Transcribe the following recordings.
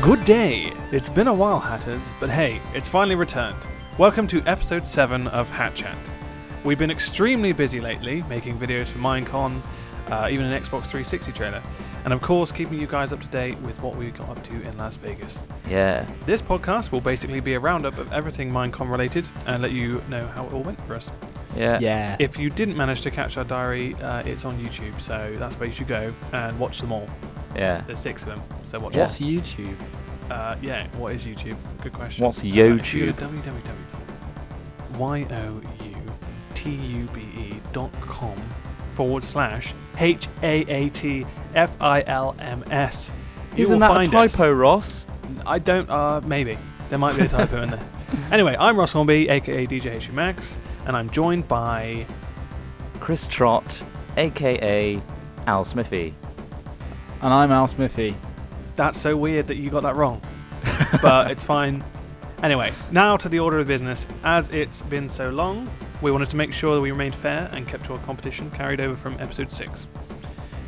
Good day! It's been a while, Hatters, but hey, it's finally returned. Welcome to episode 7 of Hat Chat. We've been extremely busy lately, making videos for Minecon, uh, even an Xbox 360 trailer, and of course, keeping you guys up to date with what we got up to in Las Vegas. Yeah. This podcast will basically be a roundup of everything Minecon related and let you know how it all went for us. Yeah. Yeah. If you didn't manage to catch our diary, uh, it's on YouTube, so that's where you should go and watch them all. Yeah. There's six of them, so watch Yeah. them. What's YouTube? Uh, yeah, what is YouTube? Good question. What's Uh, if you go YouTube? to www.youtube.com E forward slash H A A T F I L M S. You Isn't will that find a us. typo, Ross? I don't. Uh, maybe there might be a typo in there. Anyway, I'm Ross Hornby, aka DJ HU Max, and I'm joined by Chris Trott, aka Al Smithy. And I'm Al Smithy. That's so weird that you got that wrong. but it's fine. Anyway, now to the order of business. As it's been so long, we wanted to make sure that we remained fair and kept to our competition carried over from episode 6.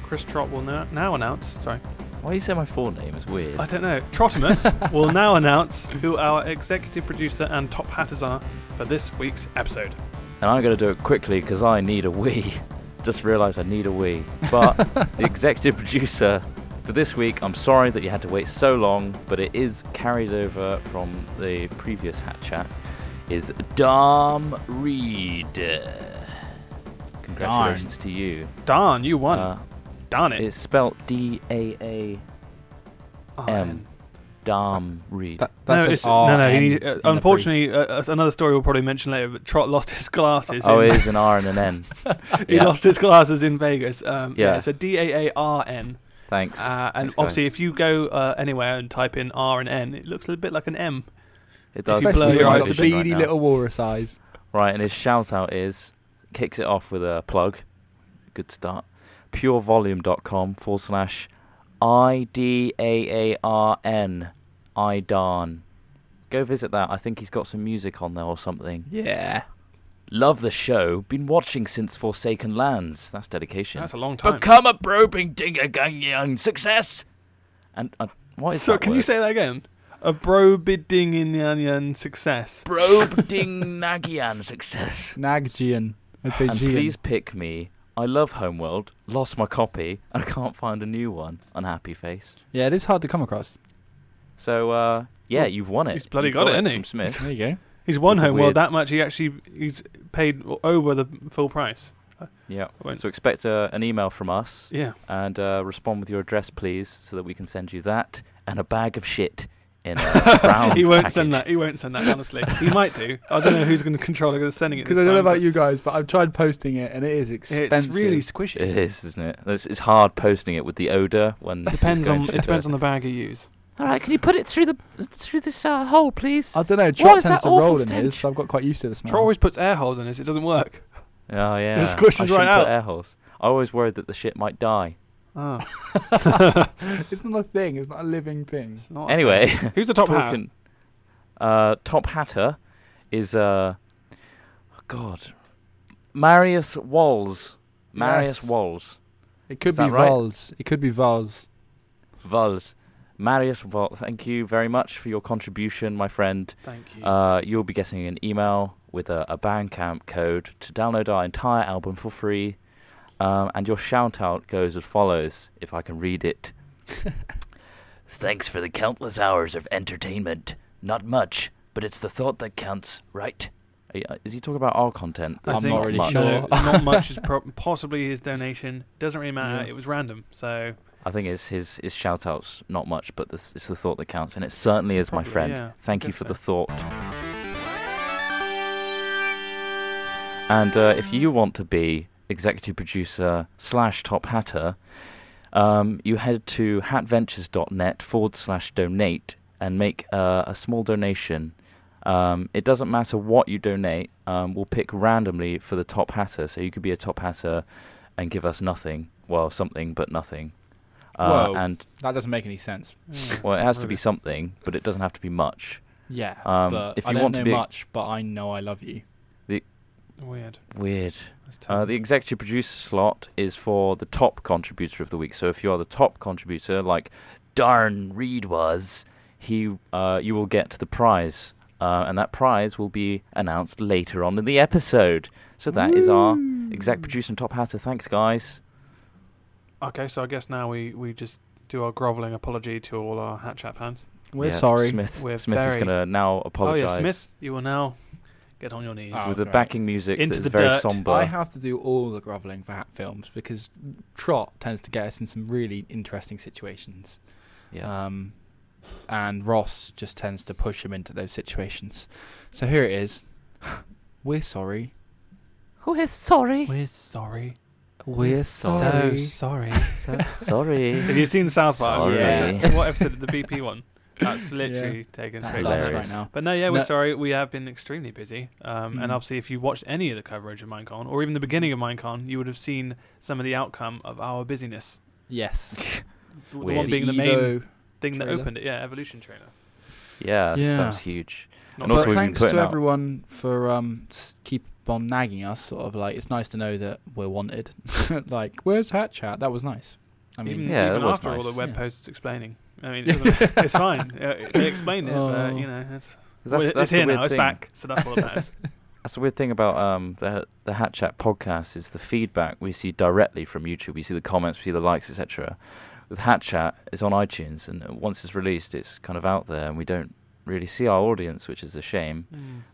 Chris Trot will now, now announce. Sorry, Why do you say my full name is weird? I don't know. Trotimus will now announce who our executive producer and top hatters are for this week's episode. And I'm going to do it quickly because I need a wee. Just realised I need a wee. But the executive producer for this week, I'm sorry that you had to wait so long, but it is carried over from the previous Hat Chat, is Dom Reed. Congratulations to you. Darn, you won. Uh, Darn it. it's spelt D A A Oh, man. M. Dom Reed. That, that no, says it's, no, no. He RN need, in uh, the brief. unfortunately, uh, uh, another story we'll probably mention later. But Trot lost his glasses. Oh, in- it is an R and an N. he Yeah. lost his glasses in Vegas. Um, yeah. Yeah. it's a D A A R N. Thanks. Uh, and Thanks, obviously, guys. if you go uh, anywhere and type in R and N, it looks a bit like an M. it you does. blur it's Especially your my when eyes it's a vision right beady now. little walrus eyes. Right, and his shout out is kicks it off with a plug. Good start. Purevolume.com forward slash I D A A R N Idarn. Go visit that. I think he's got some music on there or something. Yeah. Love the show. Been watching since Forsaken Lands. That's dedication. That's a long time. Become a probing dingagang success. And uh, what is so, that can word? you say that again? A bro bidding in the onion success. Probe Ding Nagian success. Nagjian. I'd say And Gian. please pick me. I love Homeworld. Lost my copy and I can't find a new one. Unhappy face. Yeah, it is hard to come across. So uh, yeah, you've won it. he's bloody You've got it, hasn't he? from Smith. There you go. He's won That's Homeworld weird. that much. He actually he's paid over the full price. yeah. Went- So expect uh, an email from us Yeah, and uh, respond with your address, please, so that we can send you that and a bag of shit in a brown. he won't package. send that. He won't send that. Honestly, he might do. I don't know who's going to control it. Sending it Because this I don't know time, but about you guys, but I've tried posting it and it is expensive. It's really squishy. It is, isn't it? It's, it's hard posting it with the odor when it's Depends going on. through It depends on the bag you use. All right, can you put it through the through this uh, hole, please? I don't know. Trot is that tends to awful roll in stench? his, so I've got quite used to the smell. Troy always puts air holes in his. It doesn't work. Oh yeah, Just squishes I shouldn't right out. Put air holes. I always worried that the shit might die. Oh, it's not a thing. It's not a living thing. it's not anyway, Who's the Oh, top hat? talking. Uh, top hatter is uh, oh God, Marius Walls. Marius Yes. Walls. It could Is be that right? Vols. It could be Vols. Walls. Marius Walls. Thank you very much for your contribution, my friend. Thank you. Uh, you'll be getting an email with a, a Bandcamp code to download our entire album for free. Um, and your shout out goes as follows, if I can read it. Thanks for the countless hours of entertainment. Not much, but it's the thought that counts, right? Are you- uh, Is he talking about our content? I That's think- not really much. sure. No, not much is pro- possibly his donation. Doesn't really matter. Yeah. It was random. So I think it's his, his shout outs, not much, but this, it's the thought that counts. And it certainly is, Probably, my friend. yeah, Thank I you guess for so. the thought. And uh, if you want to be executive producer slash top hatter, um, you head to hatventures.net forward slash donate and make uh, a small donation. Um, it doesn't matter what you donate, um, we'll pick randomly for the top hatter. So you could be a top hatter and give us nothing. Well, something, but nothing. Uh, Whoa. and That doesn't make any sense. mm, well, it has to really. be something, but it doesn't have to be much. Yeah, Um, but if I you don't want to know be- much, but I know I love you. weird. Weird. That's tough. Uh, the executive producer slot is for the top contributor of the week. So if you are the top contributor, like Darn Reed was, he uh, you will get the prize, uh, and that prize will be announced later on in the episode. So that is our Mm. exec producer and top hatter. Thanks, guys. Okay, so I guess now we, we just do our grovelling apology to all our Hat Chat fans. We're Yeah, sorry. Smith. We're Smith is very- going to now apologize Oh yeah, Smith, you will now get on your knees. Oh, with the great. backing music Into that is the very dirt. somber. I have to do all the grovelling for hat films because Trot tends to get us in some really interesting situations. yeah. Um, and Ross just tends to push him into those situations. So here it is. We're sorry. We're sorry. We're sorry. We're So sorry. sorry. Have sorry. you seen South Park? Sorry. Yeah. what episode of the BP one? That's literally taken That's straight hilarious. us back. right now. But no, yeah, we're No. sorry. We have been extremely busy. Um, And Mm. obviously, if you watched any of the coverage of Minecon, or even the beginning of Minecon, you would have seen some of the outcome of our busyness. Yes. The Weird. one being the main Evo. thing that trailer. opened it. Yeah, Evolution trailer. Yes, that Yeah. was huge. Not And also trailer. we've but been thanks putting to out- everyone for um s- keep on nagging us. Sort of like it's nice to know that we're wanted. like where's Hat Chat? That was nice. I mean, even, Yeah, even that was after all the nice. web Yeah. posts explaining. I mean, it doesn't- it's fine. Uh, they explained it, but Oh. you know, it's, 'Cause That's, well, that's it's the here weird now. It's thing. back. So that's all that matters. That's the weird thing about um, the the Hat Chat podcast is the feedback we see directly from YouTube. We see the comments, we see the likes, etc. With Hat Chat, it's on iTunes, and once it's released, it's kind of out there, and we don't really see our audience, which is a shame.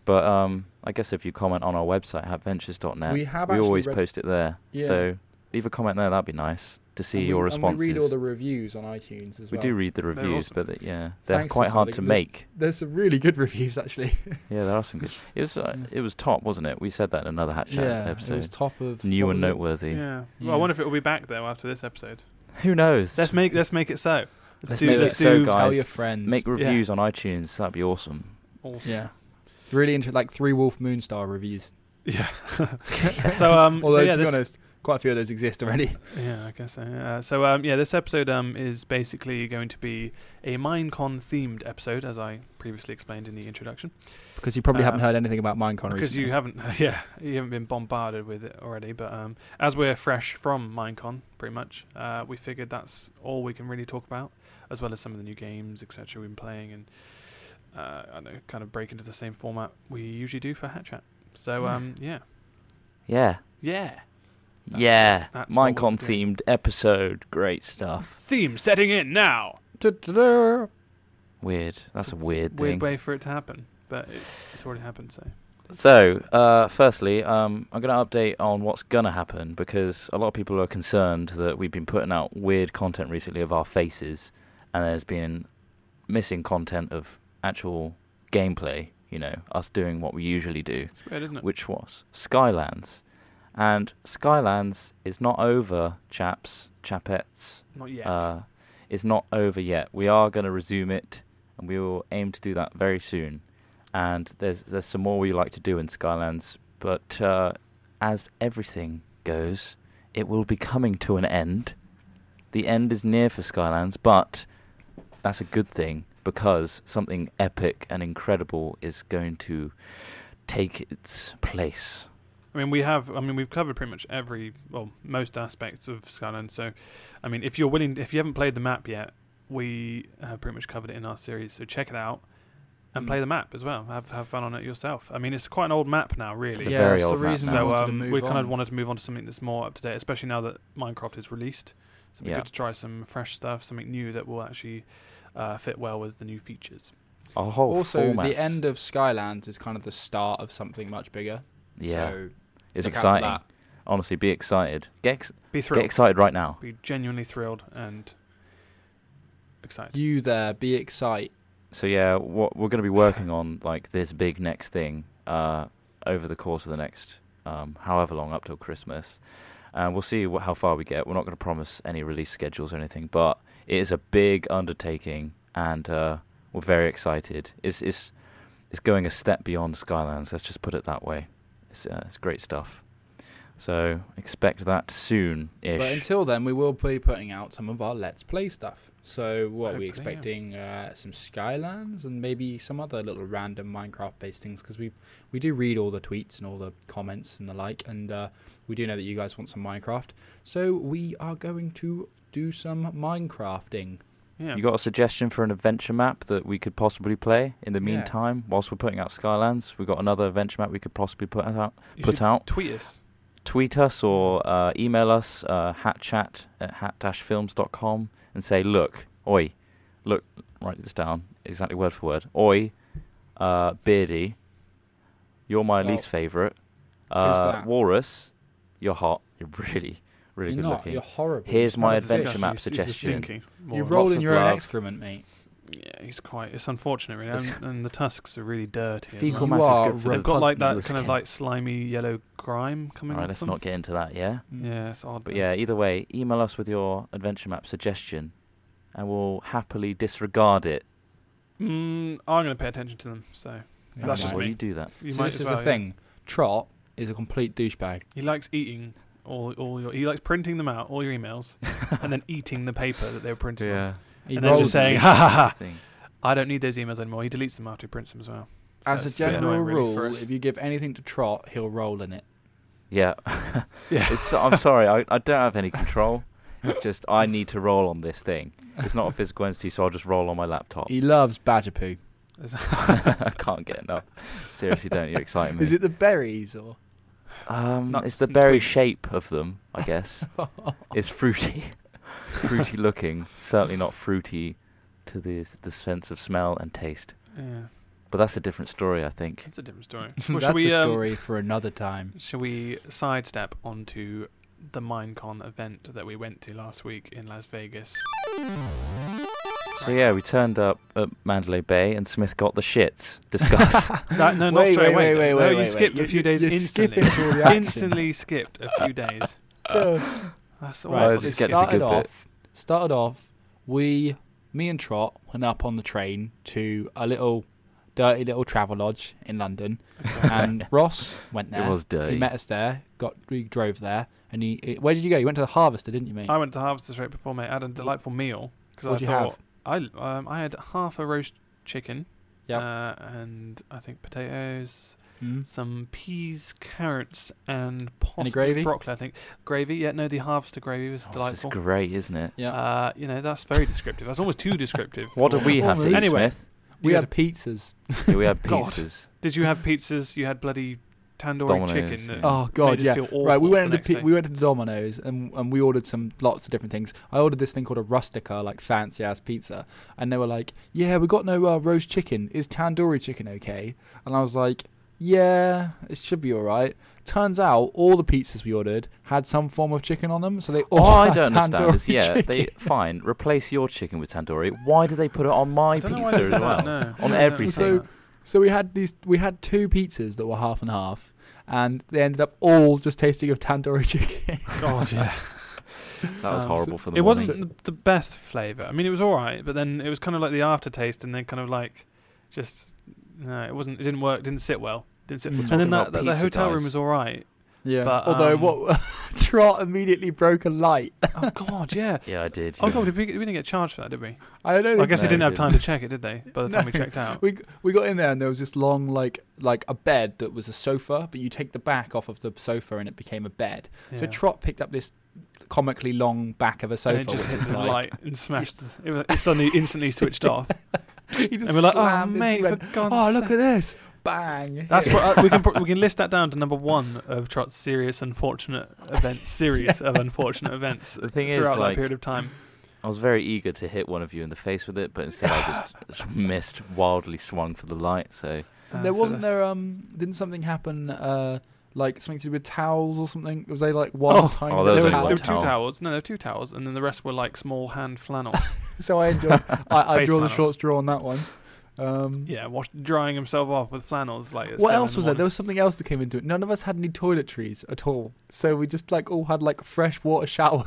But um, I guess if you comment on our website, hatventures.net, We have actually always read- post it there. Yeah. So leave a comment there. That'd be nice to see And we- your and responses. we read all the reviews on iTunes as We well. do read the They're reviews, awesome. but uh, yeah, they're Thanks to quite hard somebody. to There's- make. There's some really good reviews actually. Yeah, there are some good. It was uh, Yeah. it was top, wasn't it? We said that in another Hat Chat yeah, episode. it was top of New what and was it? noteworthy. Yeah. Well, I Yeah. wonder if it will be back though after this episode. Who knows? Let's make let's make it so. Let's do- make let's it so, do- guys. Tell your friends. Make Yeah. reviews on iTunes. That'd be awesome. Awesome. Yeah, really interesting. Like three Wolf Moonstar reviews. Yeah. so um. Although so, yeah, to be this, honest, quite a few of those exist already. yeah, I guess so. Uh, so um, yeah, this episode um is basically going to be a Minecon themed episode, as I previously explained in the introduction, Because you probably Uh, haven't heard anything about Minecon because recently. you haven't, yeah, you haven't been bombarded with it already. But um, as we're fresh from Minecon, pretty much, uh, we figured that's all we can really talk about, as well as some of the new games, etc. We've been playing and uh, I don't know, kind of break into the same format we usually do for Hat Chat. So Yeah. um, yeah, Yeah. yeah. That's- yeah. that's what we'll Minecon do. themed episode. Great stuff. Theme setting in now. Da-da-da. Weird. That's a weird thing. Weird way for it to happen, but it, it's already happened. So So, uh, firstly, um, I'm going to update on what's going to happen because a lot of people are concerned that we've been putting out weird content recently of our faces and there's been missing content of actual gameplay, you know, us doing what we usually do. it's weird, isn't it? which was Skylands. And Skylands is not over, chaps, chapettes. Not yet. Uh, it's not over yet. We are going to resume it, and we will aim to do that very soon. And there's there's some more we like to do in Skylands, but uh, as everything goes, it will be coming to an end. The end is near for Skylands, but that's a good thing because something epic and incredible is going to take its place. I mean, we have. I mean, we've covered pretty much every, well, most aspects of Skyland. So, I mean, if you're willing, if you haven't played the map yet, we have pretty much covered it in our series. So check it out and Mm. play the map as well. Have have fun on it yourself. I mean, it's quite an old map now, really. It's a yeah, very that's old the map now. reason I So wanted to um, move we kind on. of wanted to move on to something that's more up to date, especially now that Minecraft is released. So it'd be Yeah. good to try some fresh stuff, something new that will actually uh, fit well with the new features. A whole also, format. the end of Skylands is kind of the start of something much bigger. yeah, so it's look out for exciting. that. Honestly, be excited. Get ex- Be get thrilled. excited right now. be genuinely thrilled and excited. You there, be excited. So yeah, what we're going to be working on like this big next thing uh, over the course of the next um, however long up till Christmas, and we'll see wh- how far we get. We're not going to promise any release schedules or anything, but it is a big undertaking, and uh, we're very excited. It's it's it's going a step beyond Skylands. Let's just put it that way. It's uh, it's great stuff. So expect that soon ish. But until then, we will be putting out some of our Let's Play stuff. So, what Hopefully, are we yeah. expecting? Uh, some Skylands and maybe some other little random Minecraft based things because we we do read all the tweets and all the comments and the like, and uh, we do know that you guys want some Minecraft. So, we are going to do some Minecrafting. Yeah. You got a suggestion for an adventure map that we could possibly play in the Yeah. meantime, whilst we're putting out Skylands? We've got another adventure map we could possibly put out. You put should out. Tweet us. Tweet us or uh, email us, uh, hatchat at hat-films.com, and say, look, oi, look, write this down exactly word for word. Oi, uh, Beardy, you're my Well, least favourite. Uh, that? Walrus, you're hot. You're really, really you're good not. looking. You're horrible. Here's my That's adventure disgusting. map He's- he's a suggestion. stinky. More You're of- roll- rolling of your own love. excrement, mate. Yeah, he's quite. It's unfortunate, really, It's- and, and the tusks are really dirty. as Fecal well. matter You are is good for the They've got like that kind skin. of like slimy yellow grime coming. All right, off let's them. not get into that, yeah? Mm. Yeah, it's odd. But though. yeah, either way, email us with your adventure map suggestion and we'll happily disregard it. Mm, I'm going to pay attention to them. So Yeah, That's Why just would me. you do that? you So might this as is well, the yeah. thing. Trot is a complete douchebag. He likes eating all all your. He likes printing them out, all your emails, and then eating the paper that they were printed. on. He And then rolls just saying, it. ha ha ha. Thing. I don't need those emails anymore. He deletes them after he prints them as well. So as a it's bit general annoying, really, rule, for us. if you give anything to Trot, he'll roll in it. Yeah. Yeah. It's, I'm sorry, I, I don't have any control. It's just I need to roll on this thing. It's not a physical entity, so I'll just roll on my laptop. He loves badger poo. I can't get enough. Seriously, don't you excite me? Is it the berries or? um, nuts it's the and berry twigs? shape of them, I guess. it's fruity, fruity looking. Certainly not fruity to the the sense of smell and taste. yeah, But that's a different story, I think. it's a different story. Well, That's shall we? a um, story for another time. Shall we sidestep onto the Minecon event that we went to last week in Las Vegas? So yeah, we turned up at Mandalay Bay, and Smith got the shits. Discuss. That, no, not Wait, straight wait, away. wait, wait, no, wait, you wait, skipped wait. a few You- days you're instantly. skipping all the action. instantly skipped a few days. That's Right, Well, awful. just get to the it started good off. bit. Started off. We, me and Trot, went up on the train to a little, dirty little travel lodge in London, and Ross went there. it was dirty. He met us there. Got we drove there, and he. eh, Where did you go? You went to the Harvester, didn't you, mate? I went to Harvester straight before, mate. I had a delightful meal because I What'd you thought I um, I had half a roast chicken. Yep. Uh, and I think potatoes, Hmm? some peas, carrots, and possibly gravy? broccoli. I think gravy. Yeah, no, the harvester gravy was Oh, this is delightful. great, isn't it? Yeah. Uh, you know, that's very descriptive. That's almost too descriptive. What did we Oh, have to eat, really? Anyway. Smith? we you had pizzas. Yeah, we had God. pizzas. Did you have pizzas? You had bloody tandoori Domino's, chicken. that yeah. Oh made god, us yeah. feel awful Right, we the went into next pi- day. we went to Domino's and and we ordered some lots of different things. I ordered this thing called a rustica, like fancy ass pizza, and they were like, "Yeah, we got no uh, roast chicken. Is tandoori chicken okay?" And I was like, "Yeah, it should be all right." Turns out all the pizzas we ordered had some form of chicken on them, so Oh, they all All Oh, I had don't understand tandoori is, yeah, chicken. they fine replace your chicken with tandoori. Why do they put it on I my pizza don't know as why they did well? that, no. On Yeah, everything. so- So we had these we had two pizzas that were half and half, and they ended up all just tasting of tandoori chicken. God, yeah. That was Um, so horrible for the It morning. wasn't the- the best flavour. I mean, it was all right, but then it was kind of like the aftertaste, and then kind of like just no, it wasn't. It didn't work. Didn't sit well. Didn't sit. We're And talking then that, about that the pizza, hotel guys. room was all right. yeah. But, Although um, what Trot immediately broke a light. Oh God, yeah. Yeah, I did. Oh God, did we, we didn't get charged for that, did we? I don't. I think guess so. they didn't No, have we time to check it, did they? By the time we No. checked out. We we got in there and there was this long like like a bed that was a sofa, but you take the back off of the sofa and it became a bed. So Yeah. Trot picked up this comically long back of a sofa. and it just which hit was the like, light and smashed. the- It, was, it suddenly instantly switched off, He just and we're like, "Oh, slammed it, mate, he for went, God's oh look sake." at this! Bang! That's hit. what, uh, we can pro- we can list that down to number one of Trot's serious unfortunate events series of unfortunate events The thing is, throughout that like- period of time. I was very eager to hit one of you in the face with it, but instead I just s- missed, wildly swung for the light. So Uh, there so wasn't that's- there um didn't something happen uh like something to do with towels or something? Was they like one time? Oh, there, there was that they were, only had- there were one two towel. towels. No, there were two towels, and then the rest were like small hand flannels. So I enjoyed. I, I Face draw the flannels. short straw on that one. Um, yeah, wash, drying himself off with flannels. Like at What seven else in the was there? There morning. was something else that came into it. None of us had any toiletries at all, so we just like all had like fresh water shower.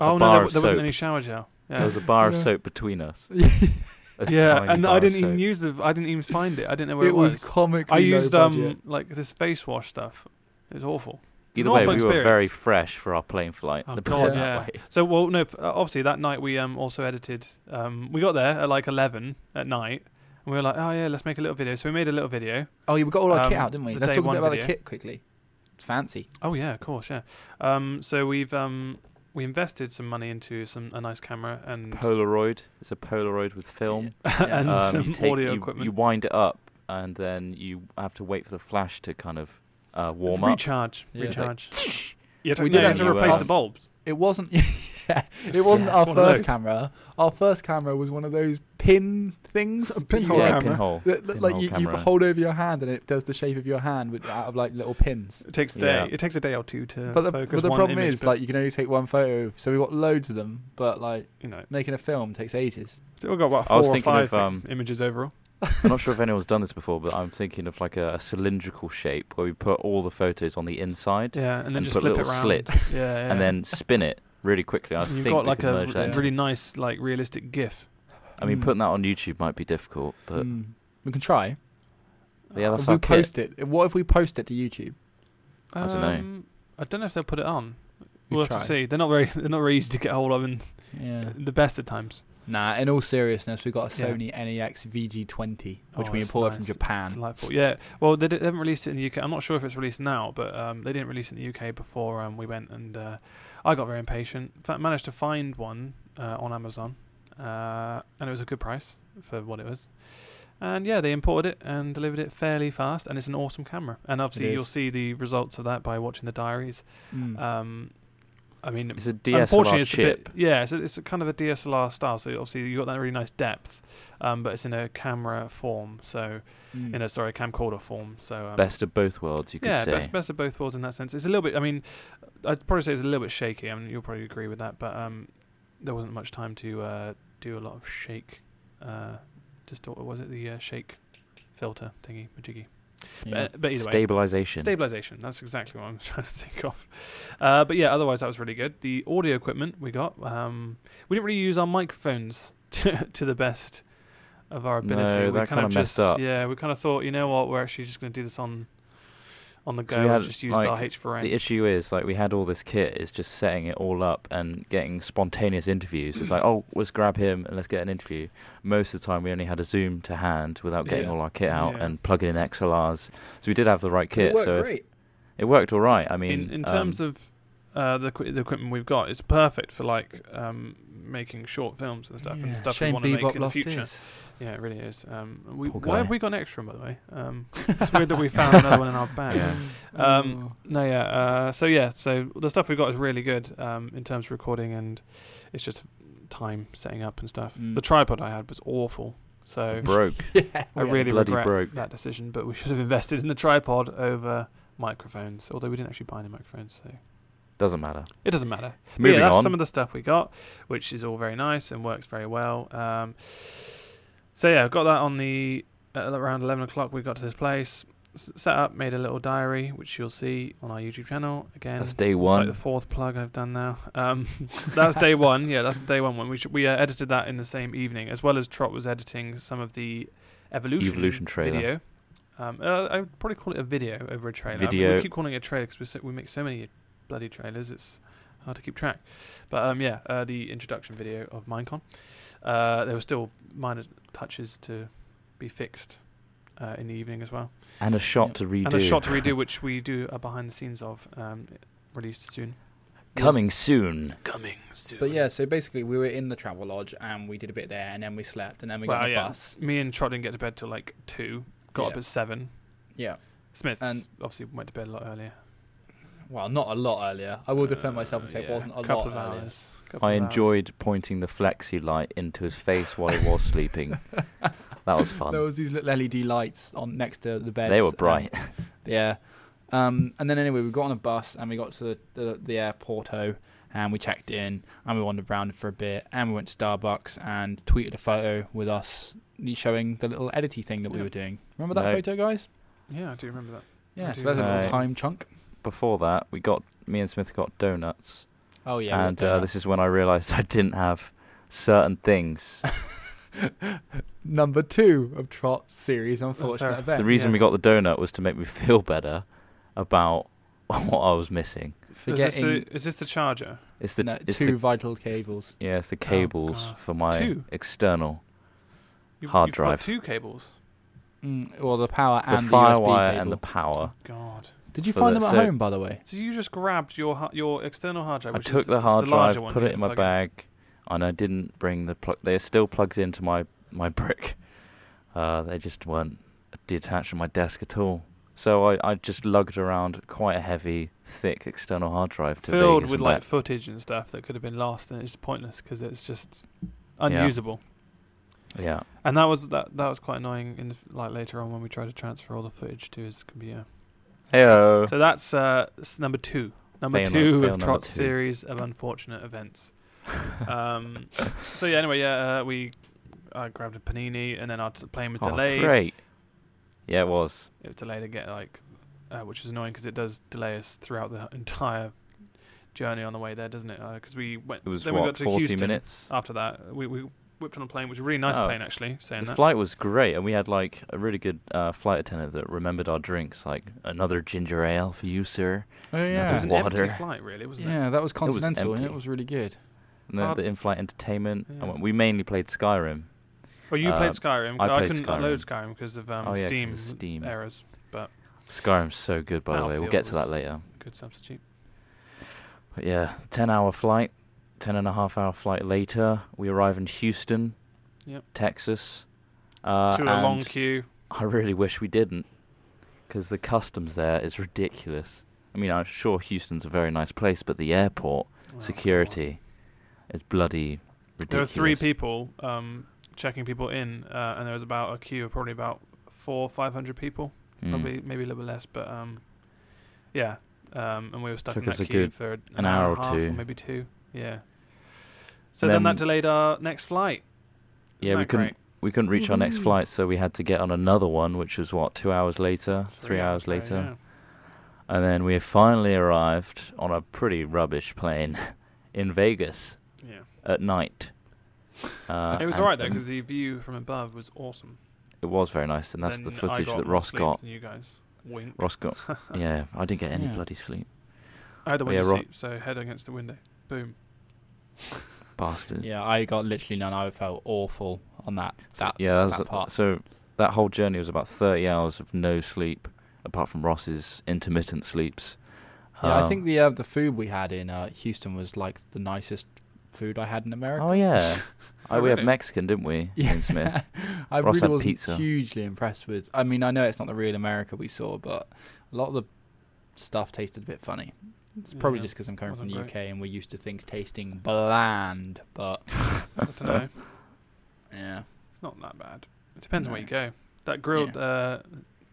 Oh no, bar there, of there wasn't soap. any shower gel. there Yeah, was a bar of Yeah. soap between us. A yeah, tiny and bar I of didn't even soap. use the. I didn't even find it. I didn't know where it, it was comically. I used low um budget. like this face wash stuff. It was awful. Either an way, awful we were very experience. fresh for our plane flight. Oh, to put it God, that yeah. way. So well, no. f- uh, Obviously, that night we um also edited. Um, we got there at like eleven at night, and we were like, oh yeah, let's make a little video. So we made a little video. Oh, yeah, we got all our kit um, out, didn't we? the Let's day talk a one bit about the video. kit quickly. It's fancy. Oh yeah, of course, yeah. Um, so we've um we invested some money into some a nice camera and Polaroid. It's a Polaroid with film. Yeah. and Um, some you take- audio you, equipment. You wind it up, and then you have to wait for the flash to kind of uh, warm up. recharge. Yeah. It's Recharge. You have to, We no, did you have to have to, replace um, the bulbs. It wasn't. yeah, it wasn't Yeah. our One of first those. camera. Our first camera was one of those pin things. A that pinhole you- yeah, camera. pinhole. that- that, like pinhole you, you camera. hold over your hand and it does the shape of your hand with, out of like little pins. It takes a day. Yeah. It takes a day or two to But the, focus but the one problem image, is, but, like, you can only take one photo, so we got loads of them. But like you know, making a film takes ages. so we've got what I four was or thinking five of, um, images overall. I'm not sure if anyone's done this before, but I'm thinking of like a, a cylindrical shape where we put all the photos on the inside Yeah, and then and just put flip little it around. slits Yeah, yeah. and then spin it really quickly. I And you've think got we like can a merge that. r- into- really nice, like realistic GIF. I mean, Mm. putting that on YouTube might be difficult, but Mm. We can try. yeah, that's If we our kit. post it, what if we post it to YouTube? I dunno. Um, I don't know if they'll put it on. We We'll have try. to see. They're not very. They're not very easy to get hold of in Yeah. the best of times. Nah. In all seriousness, we got a Yeah. Sony E NEX VG20, which Oh, we it's imported nice. from It's Japan. Delightful. Yeah. Well, they, di- they haven't released it in the UK. I'm not sure if it's released now, but um, they didn't release it in the UK before um, we went, and uh, I got very impatient. In fact, managed to find one uh, on Amazon, uh, and it was a good price for what it was. And yeah, they imported it and delivered it fairly fast, and it's an awesome camera. And obviously, is. you'll see the results of that by watching the diaries. Mm. Um, I mean, It's a Unfortunately, DSLR it's chip. a bit yeah. It's a, it's a kind of a DSLR style. So obviously you have got that really nice depth, um, but it's in a camera form. So Mm. in a sorry camcorder form. So um, Hmm. Best of both worlds, you could yeah, say. best best of both worlds in that sense. It's a little bit. I mean, I'd probably say it's a little bit shaky. I mean, you'll probably agree with that. But um, there wasn't much time to uh, do a lot of shake. Uh, distort. Was it the uh, shake filter thingy majiggy? Yeah. But, but either way, Stabilization. Stabilization. That's exactly what I'm trying to think of. Uh, but yeah, otherwise that was really good. The audio equipment we got. Um, we didn't really use our microphones to, to the best of our ability. No, we that kind kinda of messed just, up. Yeah, we kind of thought, you know what, we're actually just going to do this on on the So go. we and had, just used like, our H4n. The issue is, like, we had all this kit. It's just setting it all up and getting spontaneous interviews. It's like, oh, let's grab him and let's get an interview. Most of the time, we only had a Zoom to hand without getting Yeah. all our kit out Yeah. and plugging in XLRs. So we did have the right It kit. worked so if- great. it worked all right. I mean, in, in terms um, of uh, the equi- the equipment we've got, it's perfect for like um, making short films and stuff Yeah, and stuff we Shane want to Bebop make in the lost future. his. Yeah, it really is. Um, we, Poor why have guy. we got an extra, by the way? Um, it's weird that we found another one in our bag. Yeah. Um, Oh. No, yeah. Uh, so yeah, so the stuff we got is really good um, in terms of recording, and it's just time setting up and stuff. Mm. The tripod I had was awful, so um, broke. Oh, yeah, I we had- really bloody regret broke. that decision. But we should have invested in the tripod over microphones, although we didn't actually buy any microphones, so Doesn't matter. it doesn't matter. But Moving yeah, that's on. some of the stuff we got, which is all very nice and works very well. Um, so yeah, got that on the at around eleven o'clock. We got to this place, s- set up, made a little diary, which you'll see on our YouTube channel again. That's day it's one. like the fourth plug I've done now. Um, that's day one. Yeah, that's the day one one. We should, we uh, edited that in the same evening, as well as Trot was editing some of the evolution Evolution trailer. video. Um, uh, I would probably call it a video over a trailer. I mean, Video. we keep calling it a trailer because we, so, we make so many bloody trailers. It's hard to keep track. But um, yeah, uh, the introduction video of Minecon. Uh, there were still minor touches to be fixed uh, in the evening as well, and a shot Yep. to redo. and a shot to redo, which we do a behind the scenes of, um, released soon. Coming soon. Coming soon. But yeah, so basically we were in the travel lodge and we did a bit there and then we slept and then we got Well, on a yeah. bus. Me and Trot didn't get to bed till like two. Got up Yeah. at seven. Yeah. Smith And- obviously went to bed a lot earlier. Well, not a lot earlier. I will defend myself and say it Uh, yeah, wasn't a couple lot of earlier. hours. Couple I of hours. enjoyed pointing the flexi light into his face while he was sleeping. That was fun. There was these little LED lights on next to the bed. Um, they were bright. yeah. Um, and then anyway, we got on a bus and we got to the, the, the airporto and we checked in and we wandered around for a bit and we went to Starbucks and tweeted a photo with us showing the little edity thing that we Yeah. were doing. Remember that No. photo, guys? Yeah, I do remember that. Yeah, I so do. there's a No. little time chunk. Before that, we got me and Smith got donuts, Oh, yeah. we and got uh, donuts. this is when I realised I didn't have certain things. number two of Trot's series, Unfortunate fair. Event. the reason yeah. we got the donut was to make me feel better about what I was missing. Is this, Forgetting the- is this the charger? It's the no, it's two the vital cables. yeah, it's the cables Oh, God. for my Two? external, You, Hard you've drive. Got two cables. Mm, well, the power the and the, USB firewire cable. and the power. God. Did you for find the- them at so- home, by the way? So you just grabbed your ha- your external hard drive. I Which took is, the it's hard larger drive, one put you it can in my plug in. bag, and I didn't bring the plug. They're still plugged into my my brick. Uh, they just weren't detached from my desk at all. So I, I just lugged around quite a heavy, thick external hard drive to filled Vegas with and like back. footage and stuff that could have been lost, and it's pointless because it's just Yeah. unusable. yeah, And that was that that was quite annoying. In the, f- like later on when we tried to transfer all the footage to his computer. heyo. So that's uh s- number two. Number Fail nu- two fail of number Trot's two. series of unfortunate events. um, so yeah, anyway, yeah, uh, we I grabbed a panini, and then our t- plane was Oh, delayed. great. Yeah, it was. It was delayed again, like, uh, which is annoying because it does delay us throughout the entire journey on the way there, doesn't it? Because we went, It was then we got what to forty Houston minutes. after that. We we whipped on a plane, which was a really nice Oh. plane actually. Saying The that, flight was great, and we had like a really good uh, flight attendant that remembered our drinks, like another ginger ale for you, sir. Oh it was yeah. an Water. empty flight, really, wasn't it? yeah, that was was continental and it empty. was really good. And then Hard- the in-flight entertainment. Yeah. and we mainly played Skyrim. Well, you Uh, played Skyrim. I played couldn't Skyrim. upload Skyrim because of um, oh yeah, 'cause Steam of Steam. errors. Skyrim's so good, by the way. We'll get to that later. Good substitute. But yeah, ten-hour flight, ten and a half hour flight later, we arrive in Houston, Yep. Texas. Uh, to a long and queue. I really wish we didn't, because the customs there is ridiculous. I mean, I'm sure Houston's a very nice place, but the airport Oh, security is bloody ridiculous. There were three people um, checking people in, uh, and there was about a queue of probably about four, five hundred people, Mm. probably maybe a little bit less, but um, yeah. Um, and we were stuck Took in that us a queue good for an, an hour, hour and a or half, two. maybe two. Yeah. So then, that Then- delayed our next flight. Isn't Yeah, we that couldn't great? we couldn't reach our next Woohoo. flight, so we had to get on another one, which was what two hours later, three, hours ago, later, yeah. and then we finally arrived on a pretty rubbish plane in Vegas Yeah. at night. Uh, it was and- alright though and because the view from above was awesome. it was very nice, and that's the Then I footage got that more Ross sleep got. than you guys. Wink. Ross got. yeah, I didn't get any Yeah. bloody sleep, I had the Oh, yeah, window Ro- seat, so head against the window. Boom. bastard. Yeah, I got literally none. I felt awful on that. So- That yeah, that was that uh, a- part. so that whole journey was about 30 hours of no sleep, apart from Ross's intermittent sleeps. Yeah, I Um, think the uh, the food we had in uh, Houston was like the nicest food I had in America. Oh yeah, Oh, oh, we really? had Mexican, didn't we? Yeah. In Smith. I Ross really had wasn't pizza. hugely impressed with. I mean, I know it's not the real America we saw, but a lot of the stuff tasted a bit funny. It's probably Yeah, just because I'm coming from the wasn't UK and we're used to things tasting bland. But I don't know. yeah, It's not that bad. It depends on where No. you go. That grilled uh,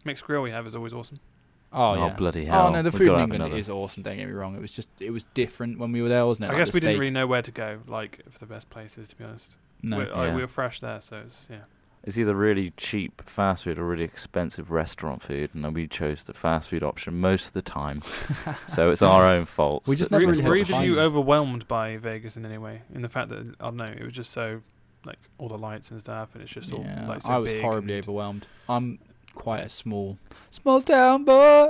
mixed grill we have is always awesome. oh, yeah. bloody hell! Oh no, the We've gotta food in have England another. is awesome. Don't get me wrong; it was just it was different when we were there, wasn't it? I Like guess the we didn't steak- really know where to go, like for the best places, to be honest. No, we I, Yeah. we were fresh there, so it's yeah. It's either really cheap fast food or really expensive restaurant food, and then we chose the fast food option most of the time. so it's our own fault. We just that Were never really Smith had were either to of wasn't- you find- overwhelmed by Vegas in any way? In the fact that I don't know, it was just so like all the lights and stuff, and it's just all yeah, like so I was big horribly and- overwhelmed. I'm quite a small, small town boy.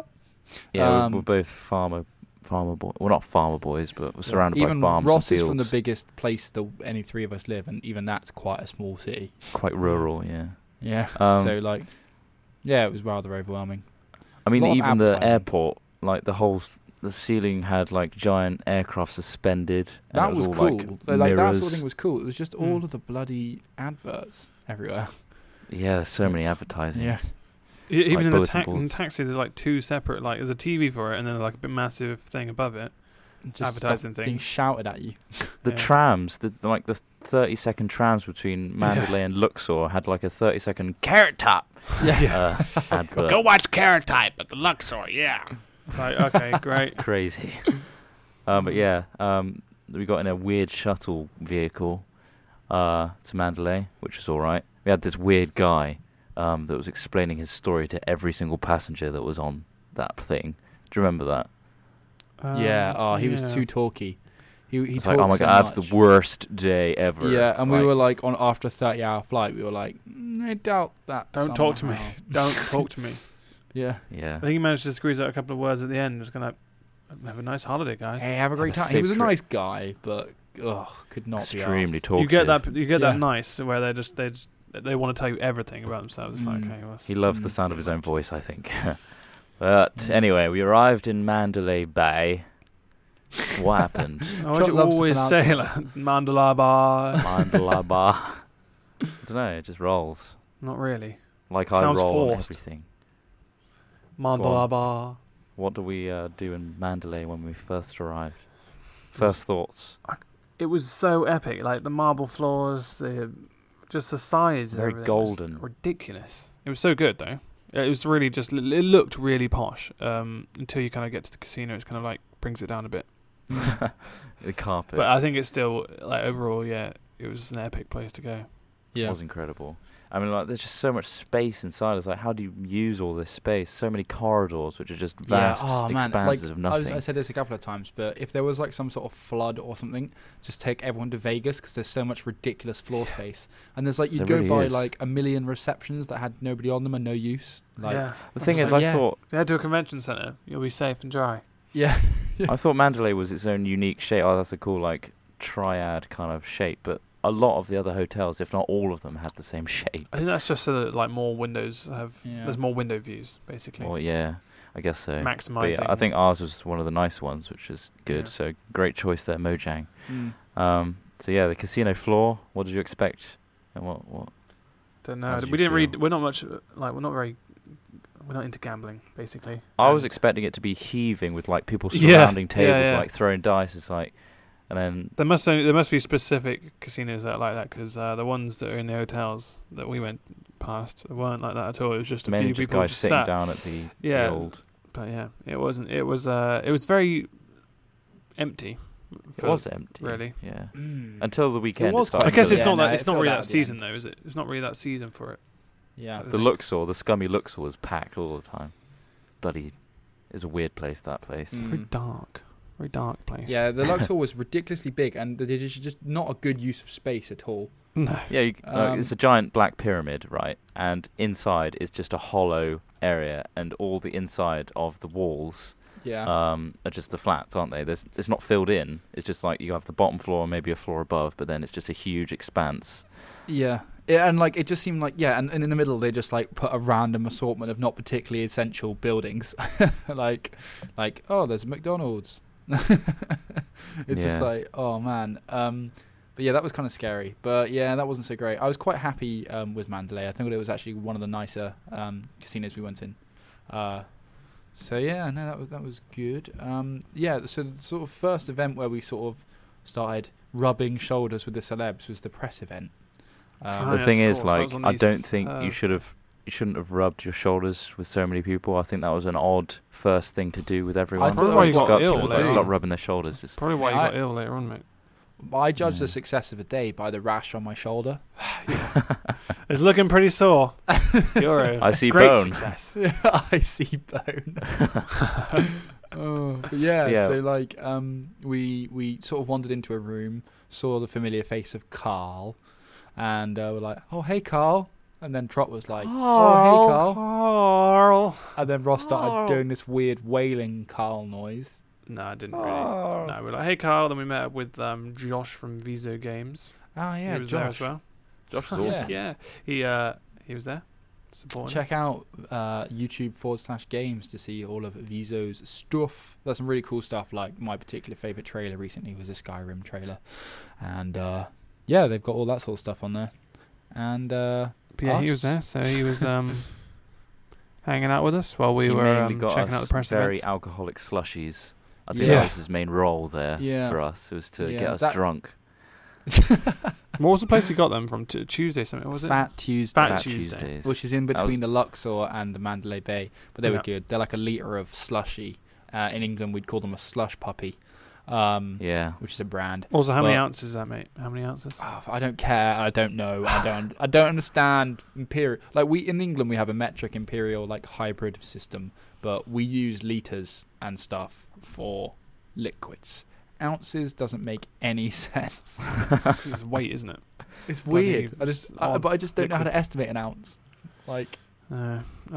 Yeah, we- Um, we're both farmer, farmer boy. Well, not farmer boys, but we're surrounded even by farms Ross and is fields. from the biggest place that any three of us live, and even that's quite a small city. Quite rural, yeah. Yeah. Um, so like, yeah, it was rather overwhelming. I mean, lot of even the advertising. airport, like the whole, s- the ceiling had like giant aircraft suspended. and That it was, all, cool. Like, Like, like, that mirrors. sort of thing was cool. It was just all Mm. of the bloody adverts everywhere. Yeah, there's so many advertising. Yeah. E- Even Like in the bulletin ta- in boards. taxi, there's like two separate like there's a TV for it, and then like a big massive thing above it. Just Advertising stop being things. shouted at you. The Yeah. trams, the like the 30 second trams between Mandalay and Luxor had like a 30 second carrot top Yeah. uh, advert. watch Carrot Type at the Luxor, yeah. It's like okay, great. Crazy. um, but yeah, um, we got in a weird shuttle vehicle uh, to Mandalay, which was all right. We had this weird guy um, that was explaining his story to every single passenger that was on that thing. Do you remember that? yeah. Um, Oh, he was yeah. too talky. He he It's talked like, oh my so god, I much. have the worst day ever. Yeah, and we were like on after a thirty hour flight, we were like, "Mm, I doubt that. Don't talk to me. somehow." Don't talk to me. Yeah. I yeah. think he managed to squeeze out a couple of words at the end. Just gonna have a nice holiday, guys. Hey, have a great a time. He safe was a trip. nice guy, but ugh, could not be Extremely asked. talkative. you get that. You get Yeah. that nice where they just they just, they want to tell you everything about themselves. It's like Mm. okay, well, He loves the Mm, sound of his own voice, I think. But anyway, we arrived in Mandalay Bay. What happened? I would Chuck you loves to always pronounce say it. like, Mandala Bar. Mandalay Bay. I don't know. It just rolls Not really. like Sounds I roll forced. on everything. Mandala Bar. What do we uh, do in Mandalay when we first arrived? Mm. First thoughts. It was so epic. Like the marble floors, the just the size. Very and everything was golden. ridiculous. It was so good though. It was really just. It looked really posh. Um, until you kind of get to the casino, it's kind of like brings it down a bit. Mm. the carpet uh, But I think it's still like overall, yeah, it was an epic place to go. Yeah. was incredible. I mean, like, there's just so much space inside. It's like, how do you use all this space? So many corridors, which are just vast expanses Oh, like, of I, was- nothing. I said this a couple of times, but if there was like some sort of flood or something, just take everyone to Vegas because there's so much ridiculous floor space. And there's like you'd There go really by is. like a million receptions that had nobody on them and no use. Like yeah, the thing I was is, like, I yeah. thought head to a convention center. You'll be safe and dry. yeah, I thought Mandalay was its own unique shape. Oh, that's a cool like triad kind of shape. But a lot of the other hotels, if not all of them, had the same shape. I think that's just so that like more windows have. Yeah. There's more window views basically. Well, yeah, I guess so. But Maximizing. yeah, I think ours was one of the nice ones, which was good. Yeah. So great choice there, Mojang. Mm. Um, so yeah, the casino floor. What did you expect? And what what? Don't How know. did you we didn't read. feel? We're not much like we're not very. We're not into gambling, basically. Um, I was And expecting it to be heaving with like people Yeah, surrounding yeah, tables, yeah. like throwing dice. It's like, and then there must only, there must be specific casinos that are like that because uh, the ones that are in the hotels that we went past weren't like that at all. It was just a many few just people guys just sitting sat. down at the, the Yeah. old. But yeah, it wasn't. It was. Uh, it was very empty. It was empty, really. Yeah, Mm. until the weekend. was started I guess to it's Yeah, not no, that. It's it not felt really bad that at the season end. though, is it? It's not really that season for it. yeah. The Luxor, the scummy Luxor was packed all the time. Bloody, it's a weird place, that place. Mm. Very dark. Very dark place. Yeah, the Luxor was ridiculously big, and the- there's just not a good use of space at all. No. Yeah, you, no, it's Um, a giant black pyramid, right? And inside is just a hollow area, and all the inside of the walls Yeah, um, are just the flats, aren't they? There's, it's not filled in. It's just like you have the bottom floor and maybe a floor above, but then it's just a huge expanse. yeah, Yeah, and like it just seemed like yeah, and, and in the middle they just like put a random assortment of not particularly essential buildings, like like oh, there's McDonald's. Yes. it's just like oh man, um, but yeah, that was kind of scary. But yeah, that wasn't so great. I was quite happy um, with Mandalay. I think it was actually one of the nicer um, casinos we went in. Uh, so yeah, no, that was that was good. Um, yeah, so the sort of first event where we sort of started rubbing shoulders with the celebs was the press event. Oh, the Um, yes, thing of is, course, that was like, on I the don't think you third. should have, you shouldn't have rubbed your shoulders with so many people. I think that was an odd first thing to do with everyone. thought Always I got go up to ill people, later like, stop on. rubbing their shoulders. It's- Probably why you Yeah, got ill later on, mate. I judged Yeah. the success of a day by the rash on my shoulder. It's looking pretty sore. You're a I see great bone. success. I see bone. oh, but yeah, Yeah. So like, um, we we sort of wandered into a room, saw the familiar face of Carl, and uh, were like, "Oh, hey, Carl." And then Trot was like, "Oh, hey, Carl." Carl. And then Ross started Carl. doing this weird wailing Carl noise. No, I Oh. didn't really. No, we we're like, hey, Carl. Then we met up with um, Josh from Viso Games. Oh yeah, he was Josh. there as well. Josh is Oh, yeah. awesome. he uh, he was there. Supporting. us. Check out uh, YouTube forward slash games to see all of Viso's stuff. There's some really cool stuff. Like my particular favorite trailer recently was a Skyrim trailer, and uh, yeah, they've got all that sort of stuff on there. And uh, But yeah, he was us. there. So he was um, hanging out with us while we He were mainly um, got checking us out the press very events. alcoholic slushies. I think Yeah. that was his main role there Yeah. for us. It was to get Yeah, us that- drunk. What was the place you got them from? T- Tuesday something was it? Fat Tuesday, Fat Fat Tuesday. Tuesdays. which is in That was- between the Luxor and the Mandalay Bay, but they Yeah. were good. They're like a liter of slushy. Uh, in England, we'd call them a slush puppy, um, yeah. which is a brand. Also, how many Well- ounces is that, mate? How many ounces? Oh, I don't care. I don't know. I don't. I don't understand imperial. Like we in England, we have a metric imperial like hybrid system, but we use liters and stuff for liquids. Ounces doesn't make any sense. 'Cause it's weight, isn't it? It's Bloody weird. I just, I, odd but I just don't know how to estimate an ounce. Like, No. I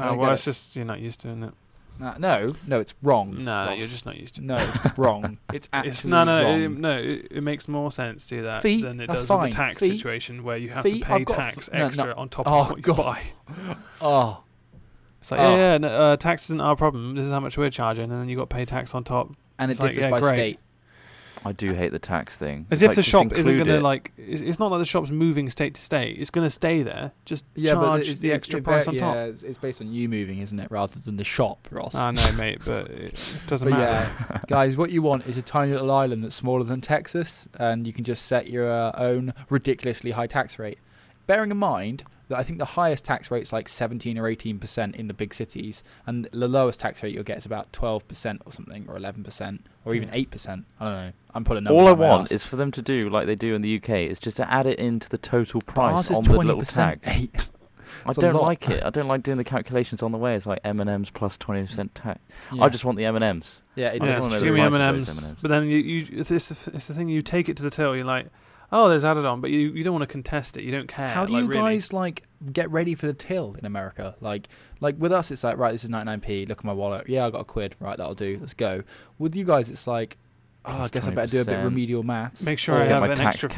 Oh, don't well, get it's just you're not used to it. nah, no, no, it's wrong. No, Mm, boss. you're just not used to. it. No, it's wrong. It's actually It's no, no, wrong. it, no. It, it makes more sense to do that Feet, than it does that's with fine. the tax Feet- situation where you have feet, to pay I've got a tax f- no, no. extra on top Oh, of what you God. buy. Oh, It's like, Oh. yeah, yeah, no, uh, tax isn't our problem. This is how much we're charging, and then you got to pay tax on top. and it It's like, differs yeah, by great. state. I do hate the tax thing. As It's if like, the just shop isn't include going to it. like. It's, it's not like the shop's moving state to state. It's going to stay there. Just charge the extra it price var- on top. Yeah, it's- it's based on you moving, isn't it, rather than the shop, Ross? I know, mate, but it doesn't But matter. yeah, guys, what you want is a tiny little island that's smaller than Texas, and you can just set your uh, own ridiculously high tax rate. Bearing in mind that I think the highest tax rate's like 17 or 18 percent in the big cities, and the lowest tax rate you'll get is about 12 percent or something, or 11 percent, or even 8 percent. I don't know. I'm pulling numbers All I out of my want arse. is for them to do like they do in the UK is just to add it into the total But ours price is on the little 20%. tag. I It's a don't lot. like it. I don't like doing the calculations on the way. It's like M and M's plus twenty percent tax. yeah. I just want the M and M's. yeah, it I yeah, just does. wanna just know give me the M price and of those M's. M&Ms. But then you, you it's, it's, the- it's the thing. You take it to the till. You're like, oh, there's added on, but you, you don't want to contest it. You don't care. How do like, you really. guys like get ready for the till in America? Like, like with us, it's like right, this is ninety nine p. Look at my wallet. Yeah, I got a quid. Right, that'll do. Let's go. With you guys, it's like, oh, I Plus guess I better do a bit of 20%. remedial maths. Make sure Or- I Let's get have my an tax extra five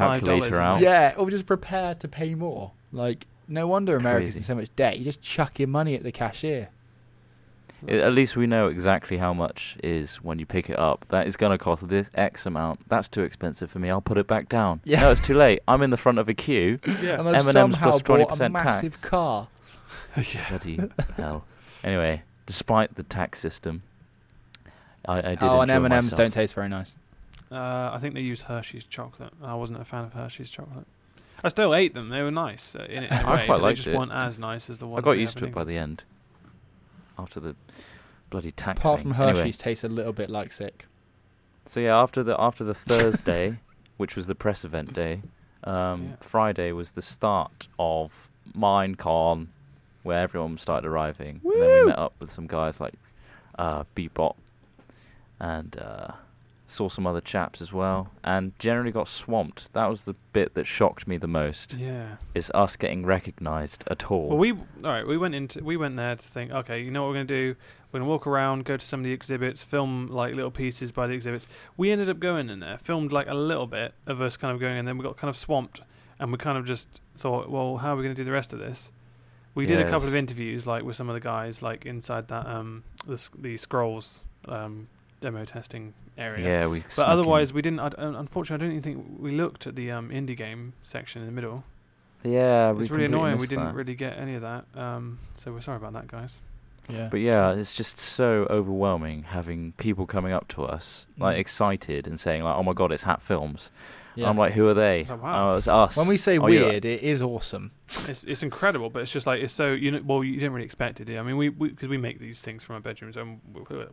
dollars. calculator in out. there. Yeah, or just prepare to pay more. Like, no wonder It's America's crazy. in so much debt. You just chuck your money at the cashier. I- At least we know exactly how much is when you pick it up. That is going to cost this X amount. That's too expensive for me. I'll put it back down. Yeah. No, it's too late. I'm in the front of a queue. Yeah. And I've M&M's somehow plus bought a 20% tax. massive car. Bloody hell. Anyway, despite the tax system, I, I did Oh, and enjoy M and M's myself. don't taste very nice. Uh, I think they used Hershey's chocolate. and I wasn't a fan of Hershey's chocolate. I still ate them. They were nice uh, in, in a I way, quite but they liked just it. weren't as nice as the I ones. got we used have to in it by the end. After the bloody tax. Apart thing. from Anyway, Hershey's, tastes a little bit like sick. so yeah, after the after the Thursday, which was the press event day, um, Yeah. Friday was the start of MineCon, where everyone started arriving. And then we met up with some guys like uh, Bebop and uh, saw some other chaps as well, and generally got swamped. That was the bit that shocked me the most. England. Yeah. is us getting recognised at all. Well, we all right. We went into we went there to think. Okay, you know what we're gonna do? We're gonna walk around, go to some of the exhibits, film like little pieces by the exhibits. We ended up going in there, filmed like a little bit of us kind of going, and then we got kind of swamped, and we kind of just thought, well, how are we gonna do the rest of this? We did a couple of Yes. interviews like with some of the guys like inside that um the, s- the scrolls um demo testing area. yeah, we. But otherwise, we didn't. I, d- unfortunately, I don't even think we looked at the um, indie game section in the middle yeah, we it's really completely annoying. We missed didn't that. really get any of that. Um, so we're sorry about that, guys. Yeah. But yeah, it's just so overwhelming having people coming up to us like Mm. excited and saying like, "Oh my god, it's Hat Films." yeah. I'm like, "Who are they?" It's like, wow. Oh, it's us. when we say Oh, yeah. weird, it is awesome. It's it's incredible, but it's just like it's so you know. Well, you didn't really expect it. Did you? I mean, we because we, make these things from our bedrooms, and w- w-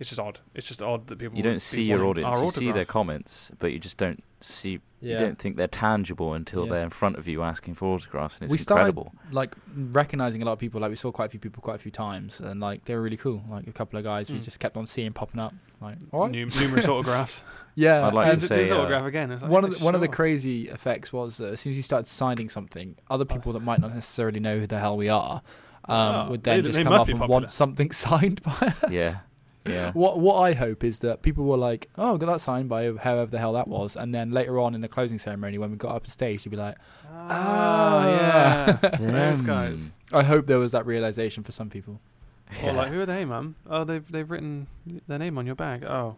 it's just odd. It's just odd that people you would be don't see your wanting audience. our You see their autograph. comments, but you just don't see. You Yeah. don't think they're tangible until Yeah. they're in front of you asking for autographs, and it's we started incredible. like recognizing a lot of people. Like we saw quite a few people quite a few times, and like they were really cool. Like a couple of guys we Mm. just kept on seeing popping up. Like all right, Nu- numerous autographs. yeah. I'd like And and to it is say, uh, autograph again. It's like, one yeah, of the, one of the sure. crazy effects was that as soon as you started signing something, other people that might not necessarily know who the hell we are. Um, Oh, would they- then just they come must up be and popular. want something signed by us. yeah, yeah. What what I hope is that people were like, "Oh, I got that signed by however the hell Hmm. that was," and then later on in the closing ceremony, when we got up on stage, you'd be like, Ah, Oh, yes, those Them. guys. "I hope there was that realization for some people." Or like, Um, Yeah. who are they, mum? Oh, they've they've written their name on your bag. Oh,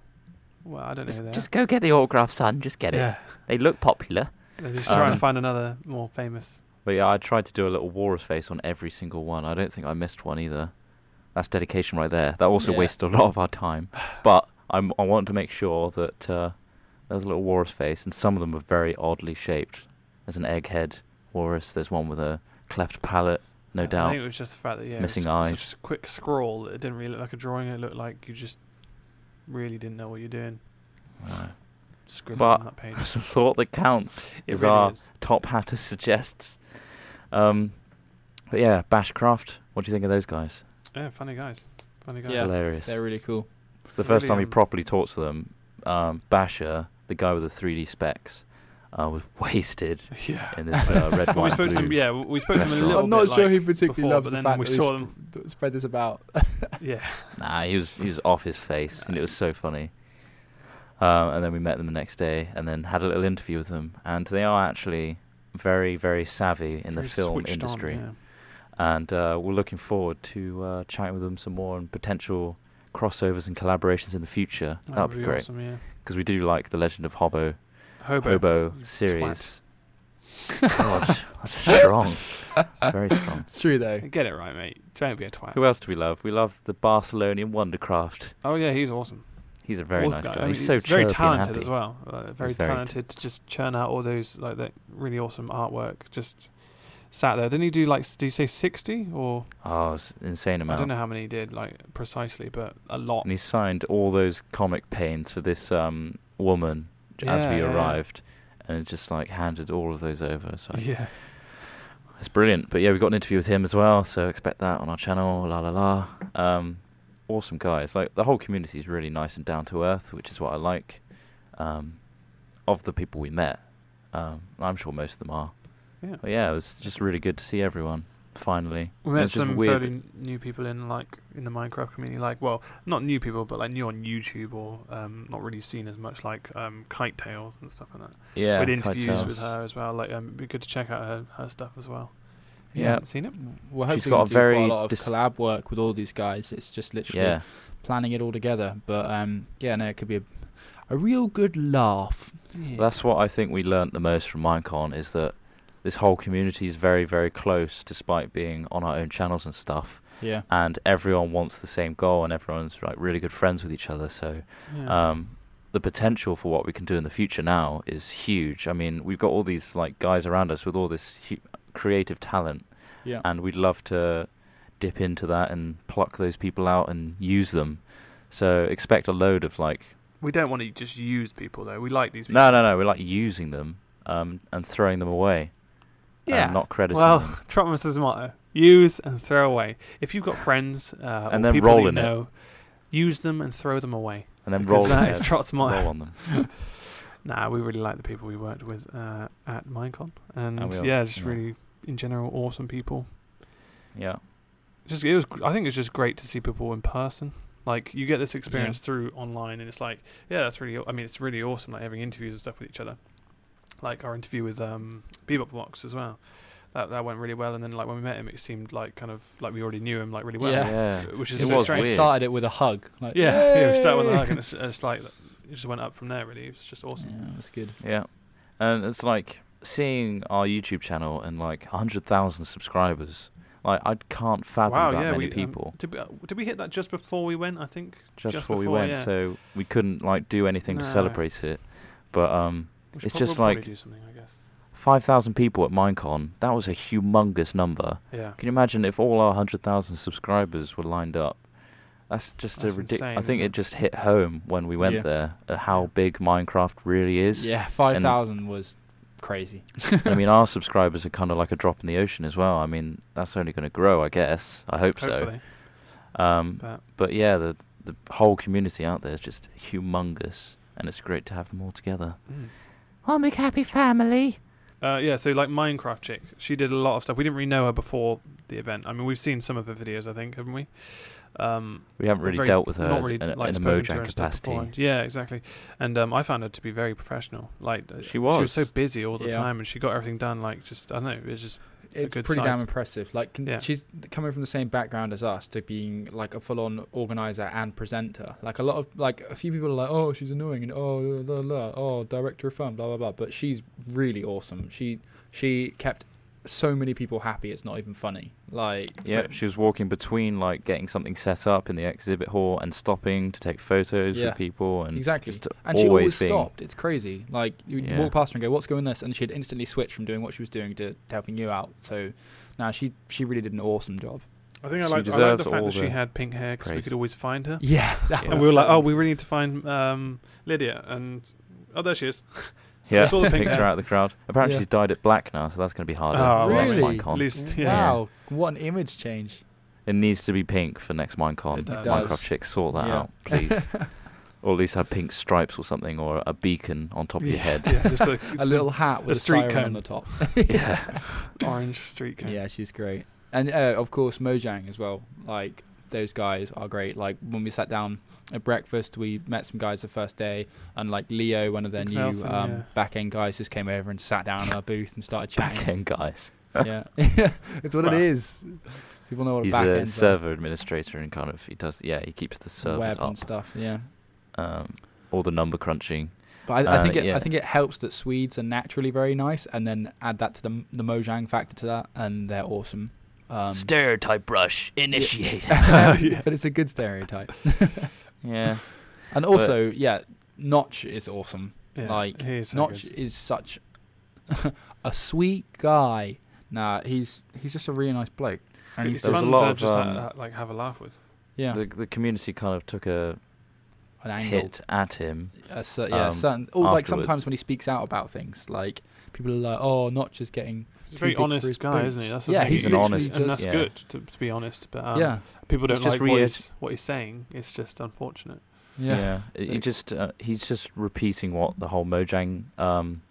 well, I don't know. Just- who they just go get the autograph, son. Just get are. it. Yeah, They look popular. they're just trying Um, to find another more famous. But yeah, I tried to do a little walrus face on every single one. I don't think I missed one either. That's dedication right there. That also Yeah. wasted a lot of our time. But I'm, I want to make sure that uh, there's a little walrus face, and some of them are very oddly shaped. There's an egghead walrus. There's one with a cleft palate, no I- I doubt. think it was just the fact that yeah, it Missing was eyes. Such a quick scroll. that It didn't really look like a drawing. It looked like you just really didn't know what you're doing. Uh, Scribbling But- on that page. it's the thought that counts. It is really our is. top hatter suggests. Um, but yeah, Bashcraft. What do you think of those guys? Yeah, funny guys. Funny guys. Yeah. Hilarious. They're really cool. The first Really, time we um, properly talked to them, um, Basher, the guy with the 3D specs, uh, was wasted Yeah. in this uh, red, Well, we white, spoke to them. blue. Yeah, we- we spoke to them a restaurant. little I'm not bit. sure like, he particularly before, loves but the then fact we that we saw sp- spread this about. yeah. Nah, he was he was off his face, and it was so funny. Um, and then we met them the next day, and then had a little interview with them, and they are actually very, very savvy in the Very film switched on, industry. yeah. and uh, we're looking forward to uh, chatting with them some more and potential crossovers and collaborations in the future. That That'd would be great Awesome, yeah. because we do like the Legend of Hobo Hobo. Hobo You series. God, that's strong, very strong. It's true though. Get it right, mate. Don't be a twat. Who else do we love? We love the Barcelonian Wondercraft. Oh yeah, he's awesome. He's a very Well, nice I guy. mean, he's so very chirpy and talented happy. as well. Uh, very He's very talented to just churn out all those like that really awesome artwork. Just sat there. Didn't he do like? s- Did he say sixty or Oh, it's an I insane amount. don't know how many he did like precisely, but a lot. And he signed all those comic paints for this um, woman j- as Yeah, we yeah, yeah. arrived, and just like handed all of those over. So Yeah. it's brilliant. But yeah, we got an interview with him as well, so expect that on our channel. La la la. Um, awesome guys. Like the whole community is really nice and down to earth, which is what I like. Um, of the people we met, um, I'm sure most of them are. Yeah. But yeah, it was just really good to see everyone finally. We And met it's just some weird fairly new people in like in the Minecraft community. Like, well, not new people, but like new on YouTube or um, not really seen as much, like um, Kite Tales and stuff like that. Yeah, we had Kite interviews Tales. with her as well. Like, um, it'd be good to check out her, her stuff as well. You Yeah. haven't seen it? We're She's hoping got to a do very quite a lot of dis- collab work with all these guys. It's just literally Yeah, planning it all together. But um, yeah, no, it could be a, a real good laugh. that's what I think we learnt the most from Minecon is that this whole community is very, very close, despite being on our own channels and stuff. Yeah. And everyone wants the same goal, and everyone's like really good friends with each other. So, Yeah. um, the potential for what we can do in the future now is huge. I mean, we've got all these like guys around us with all this hu- creative talent, Yeah. and we'd love to dip into that and pluck those people out and use them. So expect a load of like we don't want to just use people though. We like these. people. No, no, no. We're like using them um, and throwing them away. Yeah. And not crediting them. Well, Trotman's motto: use and throw away. If you've got friends uh, And or then people roll you in it. know, use them and throw them away. And then Because roll, that their- is Trot's roll motto. on them. Nah, we really like the people we worked with uh, at Minecon, and, And we all- yeah, just yeah. really in general awesome people. Yeah. Just it was, gr- I think it's just great to see people in person. Like you get this experience through online, and it's like, yeah, that's really. aw- I mean, it's really awesome. Like having interviews and stuff with each other, like our interview with um, Bebop Vox as well. That that went really well, and then like when we met him, it seemed like kind of like we already knew him like really well, Yeah. Yeah. which is It so so was strange. straight weird. started it with a hug. Like, Yeah, yeah. We started with a "Yay!" hug, and it's, it's like it just went up from there. Really, it was just awesome. Yeah, that's good. Yeah. And it's like seeing our YouTube channel and like 100,000 subscribers. Like, I can't fathom Wow, that yeah, many we, um, people Did we, uh, did we hit that just before we went? I think just, just before we before, went. yeah. So we couldn't like do anything to No. celebrate it. But um, We It's should just probably like- do something, I guess. 5,000 people at Minecon, that was a humongous number. Yeah. Can you imagine if all our 100,000 subscribers were lined up? That's just That's a ridiculous. insane, I think isn't it? it? just hit home when we went Yeah. there uh, how big Minecraft really is. Yeah, five thousand was crazy. I mean, our subscribers are kind of like a drop in the ocean as well. I mean, that's only going to grow, I guess. I hope Hopefully. so. Um, But but yeah, the the whole community out there is just humongous, and it's great to have them all together. mm. One big happy family. uh, yeah, so like Minecraft chick, she did a lot of stuff. We didn't really know her before the event. I mean, we've seen some of her videos, I think, haven't we? Um, We haven't really very- dealt with her not as- really, in, a- like, in a spoken to her Mojang and stuff capacity. beforehand. Yeah, exactly. And um, I found her to be very professional. Like uh, She she was. was so busy all the Yeah. time, and she got everything done. Like just I don't know, it was just It's good pretty damn side. impressive. Like can, Yeah. she's coming from the same background as us to being like a full-on organizer and presenter. Like a lot of like a few people are like, oh, she's annoying and oh, la, la, la, oh, director of fun, blah blah blah. But she's really awesome. She she kept so many people happy. It's not even funny. Like Yeah, she was walking between like getting something set up in the exhibit hall and stopping to take photos Yeah. with people and Exactly. just And she always being- stopped. It's crazy. Like you'd Yeah. walk past her and go, "What's going this?" And she'd instantly switch from doing what she was doing to, to helping you out. So, now she she really did an awesome job. I think I liked, She I liked deserves the fact all that she the had pink hair because we praise. could always find her. Yeah. Yeah. And we were like, oh, we really need to find um, Lydia. And oh, there she is. So Yeah, I saw the pink picked her hair. out of the crowd. Apparently, Yeah. she's dyed it black now, so that's going to be harder. Oh, for next Really? Minecon. At least, yeah. Wow, what an image change. It needs to be pink for next Minecon. It does. Minecraft chick, sort that Yeah. out, please. or at least have pink stripes or something, or a beacon on top of your head. Yeah, just a, A little hat with a, street siren on cone. the top. yeah, orange street cane. Yeah, she's great. And uh, of course, Mojang as well. Like those guys are great. Like when we sat down at breakfast, we met some guys the first day, and like Leo, one of their new Excelsior, um, yeah. back end guys, just came over and sat down in our booth and started chatting. back end guys. yeah, it's what Wow. it is. People know what a He's back a end server administrator and kind of he does yeah he keeps the servers web up, and stuff. Yeah, um, all the number crunching. but I, I Uh, think it, yeah. I think it helps that Swedes are naturally very nice, and then add that to the the Mojang factor to that, and they're awesome. Um, Stereotype brush initiate. Yeah. but it's a good stereotype, yeah. and also yeah, Notch is awesome. Yeah, Like, he is so Notch good. is such a sweet guy. Nah, he's he's just a really nice bloke. And It's he's There was fun a lot to of, just um, uh, like have a laugh with. yeah, The the community kind of took a an angle. hit at him. a cer- yeah, um, certain. Or like sometimes afterwards. when he speaks out about things, like people are like, "Oh, Notch is getting." He's too a very big for honest his guy, boots." isn't he? That's the yeah, thing. he's He's an literally honest- just and that's yeah. good to, to be honest. But um, yeah, people He's don't just like what reas- he's, what he's saying. It's just unfortunate. yeah, He Like- just uh, he's just repeating what the whole Mojang um,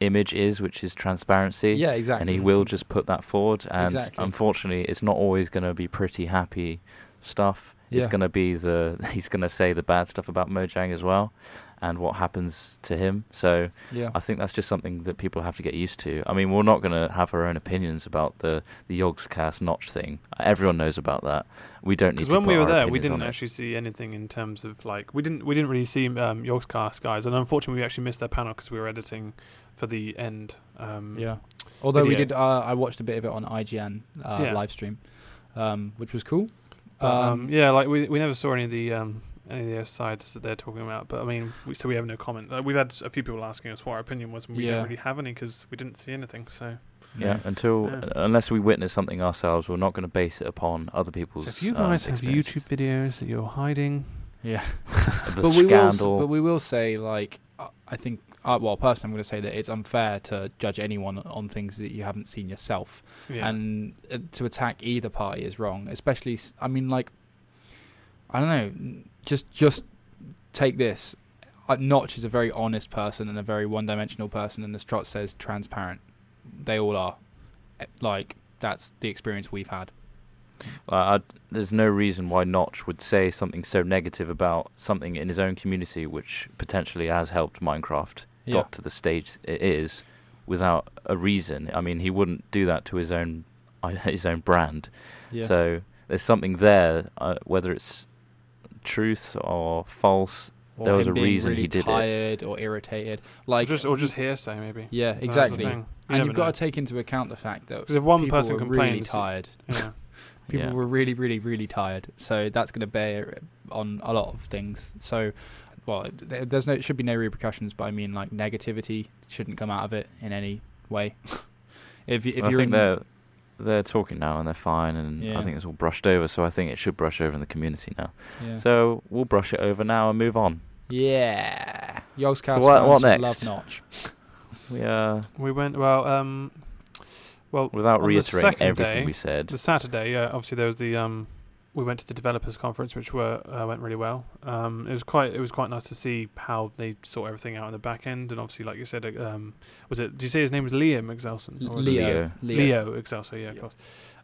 image is, which is transparency. yeah, exactly. And he will just put that forward. And Exactly. unfortunately, it's not always going to be pretty happy stuff. It's Yeah. going to be the he's going to say the bad stuff about Mojang as well, and what happens to him. So Yeah, I think that's just something that people have to get used to. I mean, we're not going to have our own opinions about the the Yogscast notch thing. Everyone knows about that. We don't need Because to. when put we were our there, we opinions didn't on it. actually see anything in terms of like we didn't we didn't really see um, York's cast guys, and unfortunately we actually missed their panel because we were editing for the end. Um, yeah. Although we video. did, uh, I watched a bit of it on IGN uh, Yeah. live stream, um, which was cool. But, um, yeah, like we, we never saw any of the um, any of the sides that they're talking about. But I mean, we, so we have no comment. Uh, we've had a few people asking us what our opinion was, and we Yeah. don't really have any because we didn't see anything. So, Yeah, until uh, Yeah. unless we witness something ourselves, we're not going to base it upon other people's. so if you uh, um, guys have experiences. YouTube videos that you're hiding, yeah. the but we will, s- scandal, but we will say like uh, I think uh, well personally I'm going to say that it's unfair to judge anyone on things that you haven't seen yourself yeah, and uh, to attack either party is wrong especially s- I mean like I don't know n- just just take this Uh, Notch is a very honest person and a very one-dimensional person and as Trot says transparent they all are Eh, like that's the experience we've had Uh, I'd- there's no reason why Notch would say something so negative about something in his own community, which potentially has helped Minecraft Yeah. got to the stage it is, without a reason. I mean, he wouldn't do that to his own his own brand. So there's something there, uh, whether it's truth or false. or there was him a being reason really he did it. tired or irritated like or just or just hearsay maybe. So yeah that's the exactly thing. You and never you've got know. to take into account the fact that 'Cause if one people person were really complains, tired. yeah. People Yeah. were really, really, really tired. So that's going to bear on a lot of things. So, well, there- there's no should be no repercussions, but I mean like negativity shouldn't come out of it in any way. if you, if Well, I you're think in, they're they're talking now and they're fine, and Yeah. I think it's all brushed over. So I think it should brush over in the community now. yeah, So we'll brush it over now and move on. yeah. Yogg's cast what- fans what would next? Love notch. We uh, are We went well. Um, well, without On the reiterating second everything day, we said. The Saturday, yeah. Obviously, there was the um, we went to the developers conference, which were uh, went really well. Um, it was quite it was quite nice to see how they sort everything out in the back end, and obviously, like you said, uh, um, was it? Did you say his name was Liam Excelson? Leo, or was it- Leo, Leo Excelson, yeah, of Yeah. course.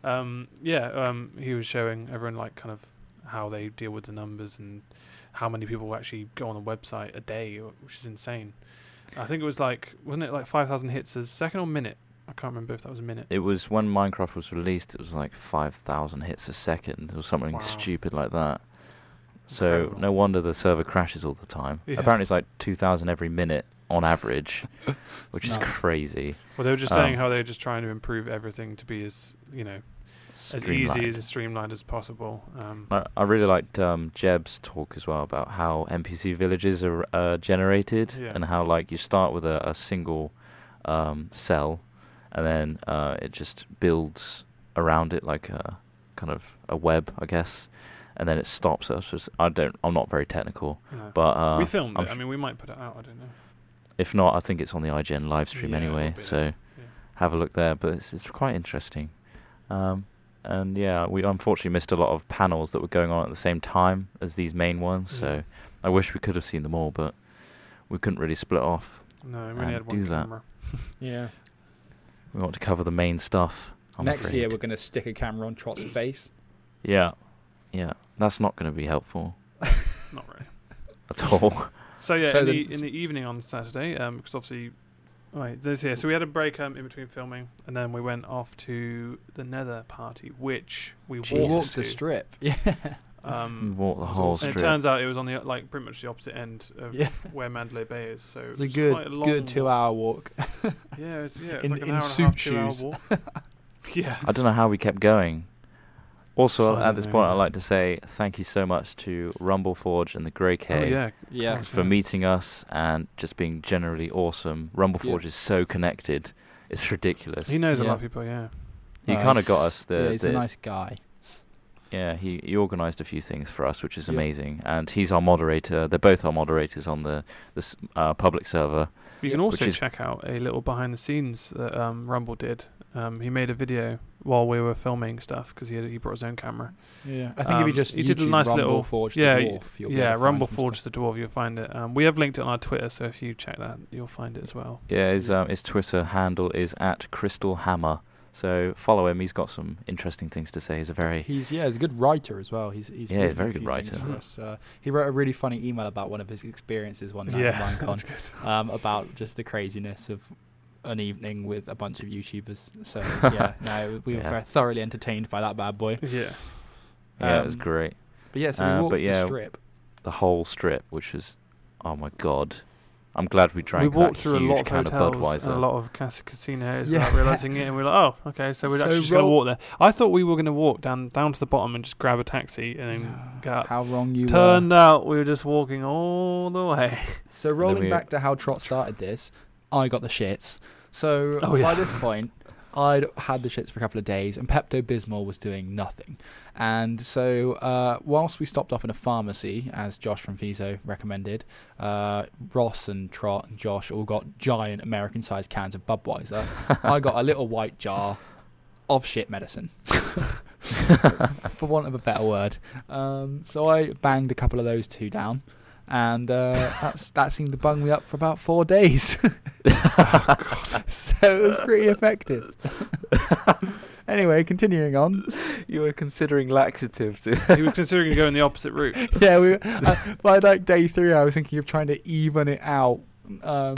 Um, yeah, um, he was showing everyone like kind of how they deal with the numbers and how many people actually go on the website a day, which is insane. I think it was like wasn't it like five thousand hits a second or minute? I can't remember if that was a minute. It was when Minecraft was released. It was like five thousand hits a second or something Wow. stupid like that. So Incredible. no wonder the server crashes all the time. Yeah. Apparently, it's like two thousand every minute on average, which is nuts. crazy. Well, they were just Um, saying how they're just trying to improve everything to be as you know as easy Streamlined. as streamlined as possible. Um, I, I really liked um, Jeb's talk as well about how NPC villages are uh, generated Yeah. and how like you start with a, a single um, cell and then uh, it just builds around it like a kind of a web, I guess, and then it stops. us. Just, I don't. I'm not very technical, no. but uh, we filmed I'm it. I sh- mean, we might put it out. I don't know. if not, I think it's on the IGN live stream Yeah, it anyway. will be So there. Yeah. have a look there. But it's, it's quite interesting. Um, and yeah, we unfortunately missed a lot of panels that were going on at the same time as these main ones. Yeah. So I wish we could have seen them all, but we couldn't really split off. No, we And only had one do that. camera. Yeah. We want to cover the main stuff. I'm Next year afraid. we're going to stick a camera on Trot's face. yeah, yeah, that's not going to be helpful Not really. at all. So yeah, So in, then the, it's- in the evening on Saturday, because um, obviously Right, this here. So we had a break um, in between filming, and then we went off to the Nether party, which we Jesus. walked Walk to. the strip. Yeah. um, Walk the It's whole awesome. and strip. it turns out it was on the like pretty much the opposite end of Yeah. where Mandalay Bay is. So It's it's a quite good, a long good two-hour walk. walk. Yeah, it's yeah, it's In- like an in hour and suit a half, shoes. two hour walk. yeah, I don't know how we kept going. Also, Fucking at this hell, point, yeah. I'd like to say thank you so much to Rumble Forge and the Grey Cave oh yeah, Yeah. for meeting us and just being generally awesome. Rumble Yeah. Forge is so connected; it's ridiculous. he knows a lot Yeah. of people. Yeah, He Nice. kind of got us the yeah, Uh, he's the- a nice guy. yeah, he, he organised a few things for us, which is Yeah. amazing. And he's our moderator. They're both our moderators on the this uh, public server. you Yeah. can also Which is- check out a little behind the scenes that um, Rumble did. Um, he made a video while we were filming stuff because he had, he brought his own camera. Yeah. I think if Um, you just he did a YouTube nice Rumble little- Forge yeah, the dwarf, you'll be able yeah, to find Rumble some Forge stuff. the Dwarf. You'll find it. Um, we have linked it on our Twitter, so if you check that, you'll find it as well. Yeah, his um, his Twitter handle is at Crystal Hammer. So follow him. He's got some interesting things to say. He's a very He's yeah, he's a good writer as well. He's he's Yeah, written a very few good things writer. For us. Uh, he wrote a really funny email about one of his experiences one night Yeah, at that's Minecon, good. um, about just the craziness of an evening with a bunch of YouTubers. So yeah, no, we were Yeah. very thoroughly entertained by that bad boy. Yeah, yeah, it was um, great. But yeah, so Uh, we walked but the yeah, strip. The whole strip, which was oh my god. I'm glad we drank we walked that through a huge lot of can hotels of Budweiser. and a lot of cas- casinos Yeah. without realizing it, and we were like, "Oh, okay, so we're So actually just gonna roll- walk there." I thought we were gonna walk down down to the bottom and just grab a taxi and then go up. How wrong you were. Turned out we were just walking all the way. So then rolling we- back to how Trot started this, I got the shits. So Oh, yeah. by this point, I'd had the shits for a couple of days, and Pepto Bismol was doing nothing. And so, uh, whilst we stopped off in a pharmacy, as Josh from Viso recommended, uh, Ross and Trot and Josh all got giant American-sized cans of Budweiser. I got a little white jar of shit medicine. for want of a better word. Um, so I banged a couple of those two down, and uh, that's, that seemed to bung me up for about four days. so it was pretty effective. anyway, continuing on. you were considering laxative. he was considering going the opposite route. Yeah, we, uh, by like day three, I was thinking of trying to even it out. Um,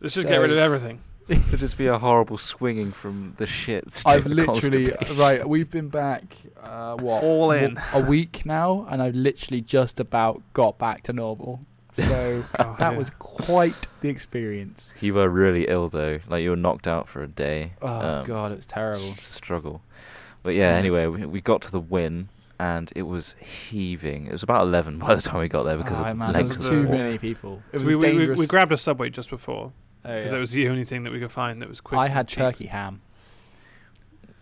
Let's just get rid of So- everything. It'd just be a horrible swinging from the shits. I've literally uh, right. We've been back uh, what All w- in. a week now, and I've literally just about got back to normal. So Oh, that yeah. was quite the experience. You were really ill though. Like you were knocked out for a day. Oh Um, god, it was s- terrible. Struggle. But yeah, Yeah. anyway, we, we got to the win and it was heaving. It was about 11 by the time we got there because oh, of the man, length there's of was the too walk. many people. It was we, we, a we- dangerous. we grabbed a subway just before oh, yeah. because that was the only thing that we could find that was quick. I and had cheap. turkey ham.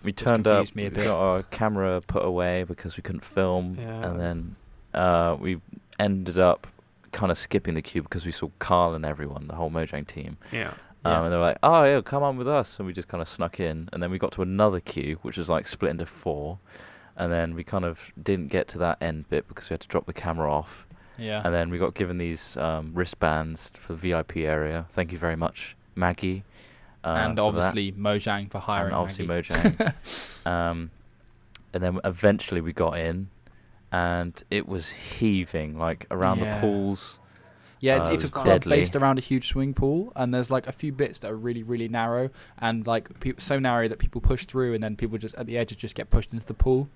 We turned confused up, me a we bit. got our camera put away because we couldn't film Yeah. and then uh, we ended up kind of skipping the queue because we saw Carl and everyone, the whole Mojang team. Yeah, Yeah. Um, and they were like, "Oh, yeah, come on with us," and we just kind of snuck in. And then we got to another queue, which was like split into four. And then we kind of didn't get to that end bit because we had to drop the camera off. Yeah. And then we got given these um, wristbands for the VIP area. Thank you very much, Maggie. Uh, and for that. obviously Mojang for hiring. and obviously Maggie. Mojang. um, and then eventually we got in, and it was heaving like around Yeah. the pools. Yeah, Uh, it's, it's a it's club deadly. based around a huge swimming pool, and there's like a few bits that are really, really narrow, and like pe- so narrow that people push through, and then people just at the edges just get pushed into the pool.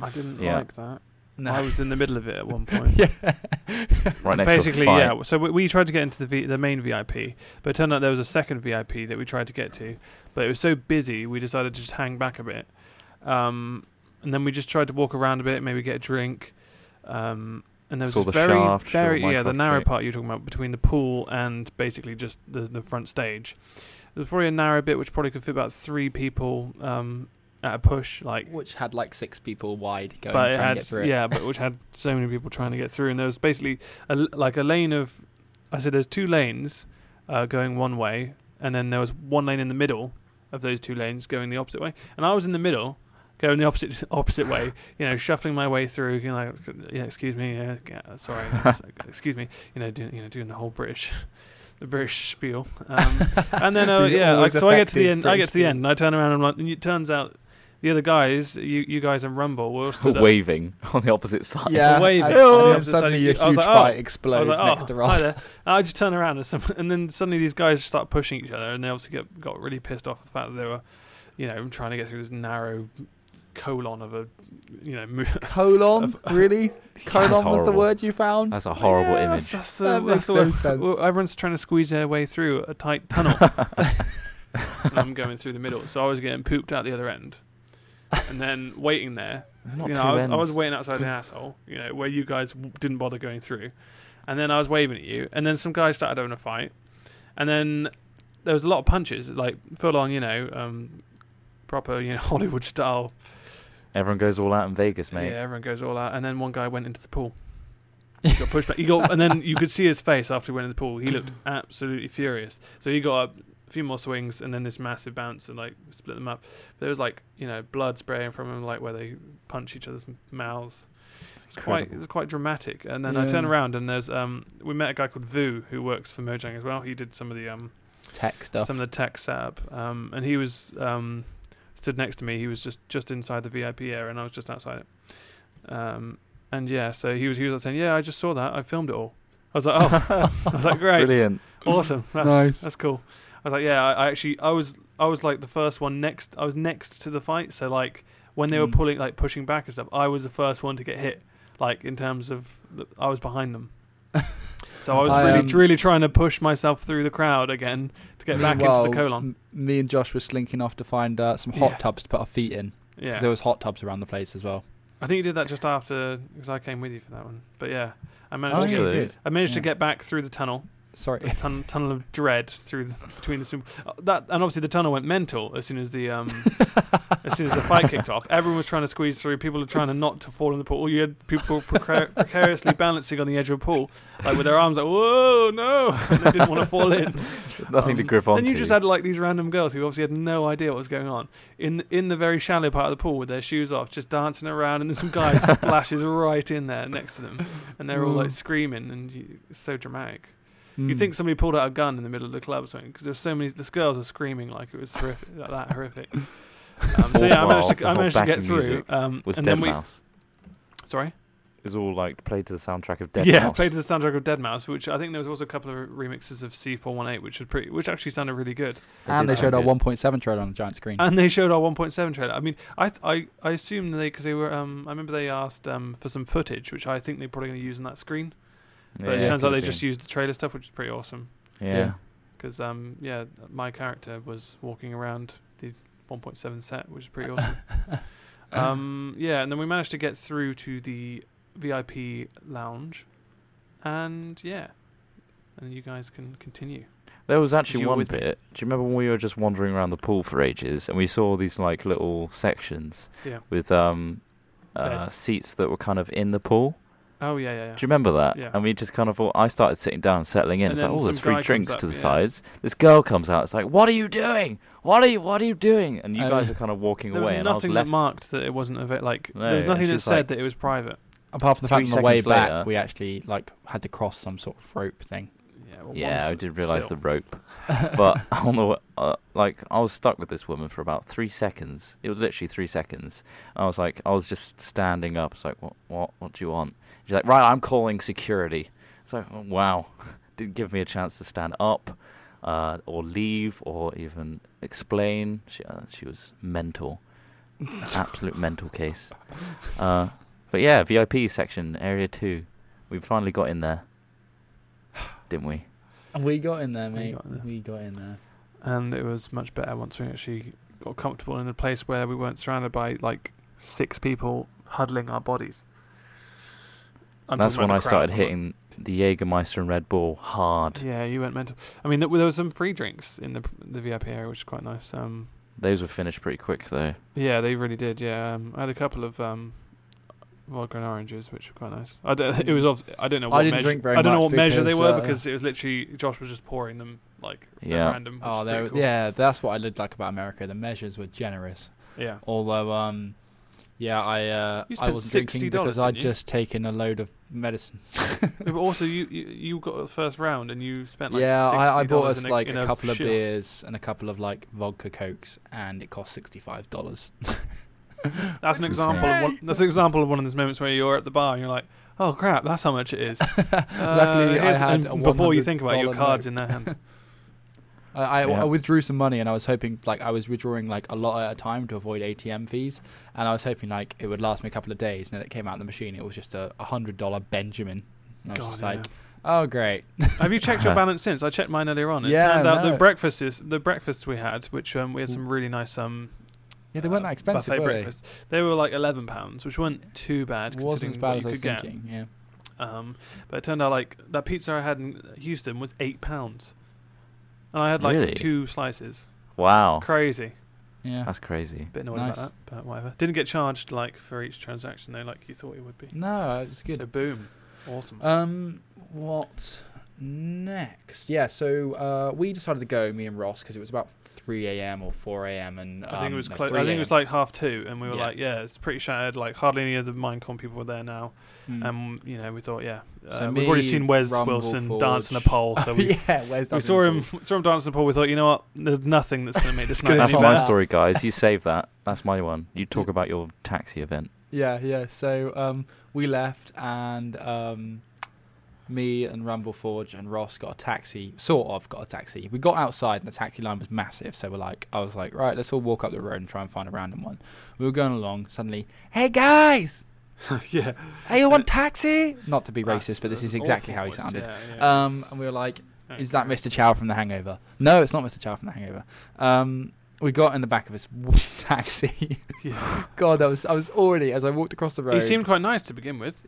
I didn't Yeah. like that. I was in the middle of it at one point. yeah. Right next Basically, to a fight. yeah. So we, we tried to get into the v, the main VIP, but it turned out there was a second VIP that we tried to get to, but it was so busy we decided to just hang back a bit, um, and then we just tried to walk around a bit, maybe get a drink, um, and there was Saw this the very shaft, saw very the yeah the microwave narrow shape. part you're talking about between the pool and basically just the the front stage. There was probably a narrow bit which probably could fit about three people um, at a push, like Which had like six people wide going but trying it to had get through it. yeah, but which had so many people trying to get through, and there was basically a l like a lane of, I said there's two lanes, uh, going one way, and then there was one lane in the middle of those two lanes going the opposite way, and I was in the middle. Going the opposite opposite way, you know, shuffling my way through, you know, like, yeah, excuse me, yeah, yeah, sorry, excuse me, you know, doing, you know, doing the whole British, the British spiel, um, and then uh, The yeah, like, always so I get to the effective end. I get to the British end, and I turn around and, I'm like- and it turns out the other guys, you, you guys in Rumble, were all stood up. waving on the opposite side. Yeah, waving. and- Oh. and then suddenly I a was huge like, oh. I fight explodes was like, oh, next to hi Ross. there. And I just turn around and, some, and then suddenly these guys just start pushing each other, and they obviously get, got really pissed off at the fact that they were, you know, trying to get through this narrow colon of a, you know, mo- Colon, really? Colon was the horrible. word you found. That's a horrible Yeah, image. That's, that's the, That that's makes the no way- sense. well, everyone's trying to squeeze their way through a tight tunnel. and I'm going through the middle, so I was getting pooped out the other end, and then waiting there. There's not you two know, I was, I ends. was waiting outside the asshole, you know, where you guys w- didn't bother going through, and then I was waving at you, and then some guys started having a fight, and then there was a lot of punches, like full on, you know, um, proper, you know, Hollywood style. Everyone goes all out in Vegas, mate. Yeah, everyone goes all out, and then one guy went into the pool. He got pushed back. He got, and then you could see his face after he went in the pool. He looked absolutely furious. So he got up, a few more swings, and then this massive bounce and like split them up. There was like you know blood spraying from him, like where they punch each other's mouths. It's quite incredible. it's quite dramatic. And then I Yeah. turn around and there's um we met a guy called Vu who works for Mojang as well. He did some of the um Tech stuff. some of the tech setup. Um, and he was um, stood next to me. He was just just inside the VIP area, and I was just outside it. Um, and yeah, so he was he was like saying, "Yeah, I just saw that. I filmed it all." I was like, "Oh, I was like, great, Brilliant. awesome, that's, Nice. that's cool." I was like, "Yeah, I, I actually I was I was like the first one next. I was next to the fight, so like when they were Mm. pulling like pushing back and stuff, I was the first one to get hit. Like in terms of the, I was behind them." So I was I, really, um, really trying to push myself through the crowd again to get back into the Meanwhile, colon. m- Me and Josh were slinking off to find uh, some hot Yeah. tubs to put our feet in. 'cause Yeah, There was hot tubs around the place as well. I think you did that just after because I came with you for that one. But yeah, I managed. Oh, to yeah, get, you did. I managed to Yeah. get back through the tunnel, the Sorry. tun- tunnel of dread through the, between the swim- uh, that, and obviously the tunnel went mental as soon as the um, as soon as the fight kicked off. Everyone was trying to squeeze through. People were trying to not to fall in the pool. You had people precar- precariously balancing on the edge of a pool, like with their arms like, "Whoa, no!" And they didn't want to fall in. Nothing to Um, grip on. And you just had like these random girls who obviously had no idea what was going on in in the very shallow part of the pool with their shoes off, just dancing around, and then some guy splashes right in there next to them, and they're all like screaming, and you, it's so dramatic. You'd Hmm. Mm. think somebody pulled out a gun in the middle of the club or something because there's so many. This girls are screaming like it was horrific, like that horrific. Um, so yeah, I Well, managed to, the I whole managed to get backing through. music Um, was and Dead then we Mouse. sorry. It was all like played to the soundtrack of Dead yeah, Mouse. played to the soundtrack of Dead Mouse, which I think there was also a couple of remixes of C418, which was pretty, which actually sounded really good. and did they showed our sound good. 1.7 trailer on the giant screen. And they showed our 1.7 trailer. I mean, I th- I I assume they because they were um I remember they asked um for some footage which I think they're probably going to use on that screen. But Yeah, it turns out could they be. just used the trailer stuff, which is pretty awesome. Yeah. Because um yeah, my character was walking around the 1.7 set, which is pretty awesome. um yeah, and then we managed to get through to the VIP lounge, and yeah, and you guys can continue. There was actually you were one with me. bit. Do you remember when we were just wandering around the pool for ages and we saw these like little sections Yeah. with um uh, Beds. seats that were kind of in the pool? Oh yeah, yeah, yeah. Do you remember that? Yeah. And we just kind of all, I started sitting down, settling in. And it's like, then oh, there's some guy three comes drinks up, to the yeah. sides. This girl comes out. It's like, what are you doing? What are you? What are you doing? And you Um, guys are kind of walking There away, was and I was nothing left. that marked that it wasn't a bit like No, there was and nothing she that was said like- that it was private. Apart from the fact Three on the way seconds back, later- we actually like had to cross some sort of rope thing. Yeah, well, yeah, I once- did realize still. the rope, but I don't know. Uh, like, I was stuck with this woman for about three seconds. It was literally three seconds. I was like, I was just standing up. It's like, what, what, what do you want? She's like, right, I'm calling security. It's like, oh, wow, didn't give me a chance to stand up, uh, or leave, or even explain. She, uh, she was mental, absolute mental case. Uh, but yeah, VIP section, area two. We finally got in there, didn't we? And we got in there, We mate. got in there. We got in there. and it was much better once we actually got comfortable in a place where we weren't surrounded by like six people huddling our bodies. I'm That's talking when about I the crowds, started I'm not- hitting the Jägermeister and Red Bull hard. Yeah, you went mental. I mean, there, there was some free drinks in the the VIP area, which is quite nice. Um, Those were finished pretty quick though. yeah, they really did. Yeah, um, I had a couple of um, vodka and oranges, which were quite nice. I don't, it was obvi- I don't know. I What didn't measure, drink very I don't know much what measure they because, were uh, because it was literally Josh was just pouring them like at Yeah. random. Which Oh, is pretty there, cool. yeah, that's what I did like about America. The measures were generous. yeah. Although, um, yeah, I uh, You I spent wasn't $60, drinking because I'd didn't you? just taken a load of medicine. Yeah, but also you, you you got the first round and you spent like yeah, I, I $60 bought us in like in a couple of shit. beers and a couple of like vodka cokes, and it cost sixty five dollars. That's an That's example. Of one, that's an example of one of those moments where you're at the bar and you're like, "Oh crap, that's how much it is." Uh, Luckily, I here's- had and a before you think about it, your $100 cards note. in their hand. I, I, Yeah. I withdrew some money and I was hoping like I was withdrawing like a lot at a time to avoid ATM fees and I was hoping like it would last me a couple of days and then it came out of the machine it was just a hundred dollar Benjamin and I was God, just yeah. like oh great Have you checked your balance since? I checked mine earlier on. It Yeah, turned out no. the breakfasts, the breakfasts we had, which um, we had some really nice um, yeah they weren't uh, that expensive buffet were they breakfasts. They? were like eleven pounds, which weren't too bad considering wasn't as bad what as you I was could get. thinking yeah Um, but it turned out like that pizza I had in Houston was eight pounds, and I had like Really? two slices. Wow, Crazy. yeah Uh, that's crazy. Bit annoyed Oh. Nice. about that, but whatever. Didn't get charged like for each transaction though, like you thought it would be. no it's good So boom, awesome. Um, what next? Yeah, so uh, we decided to go, me and Ross, because it was about 3 a.m. or 4 a.m. and I think um, it was no, close. 3 I think it was a.m.. like half two, and we were Yeah. like, "Yeah, it's pretty shattered. Like hardly any of the Minecon people were there now." Mm. And you know, we thought, "Yeah, um, uh, So we've already me, seen Wes Rumble Wilson Forge. dance in a pole, so we, yeah, where's we that saw him people? saw him dance in a pole. We thought, you know what? There's nothing that's going to make this It's night gonna any That's be my bad. better." story, guys. You save that. That's my one. You talk about your taxi event. Yeah, yeah. So um, we left, and um, me and Rumble Forge and Ross got a taxi. Sort of got a taxi. We got outside, and the taxi line was massive. So we're like, I was like, right, let's all walk up the road and try and find a random one. We were going along. Suddenly, hey guys, yeah, hey, you want taxi? Not to be That's- racist, but this that's is exactly awful how he voice. sounded. Yeah, yeah, Um, it's- and we were like, yeah, is that great. Mr. Chow from The Hangover? No, it's not Mr. Chow from The Hangover. Um, we got in the back of his taxi. Yeah. God, I was I was already as I walked across the road. He seemed quite nice to begin with,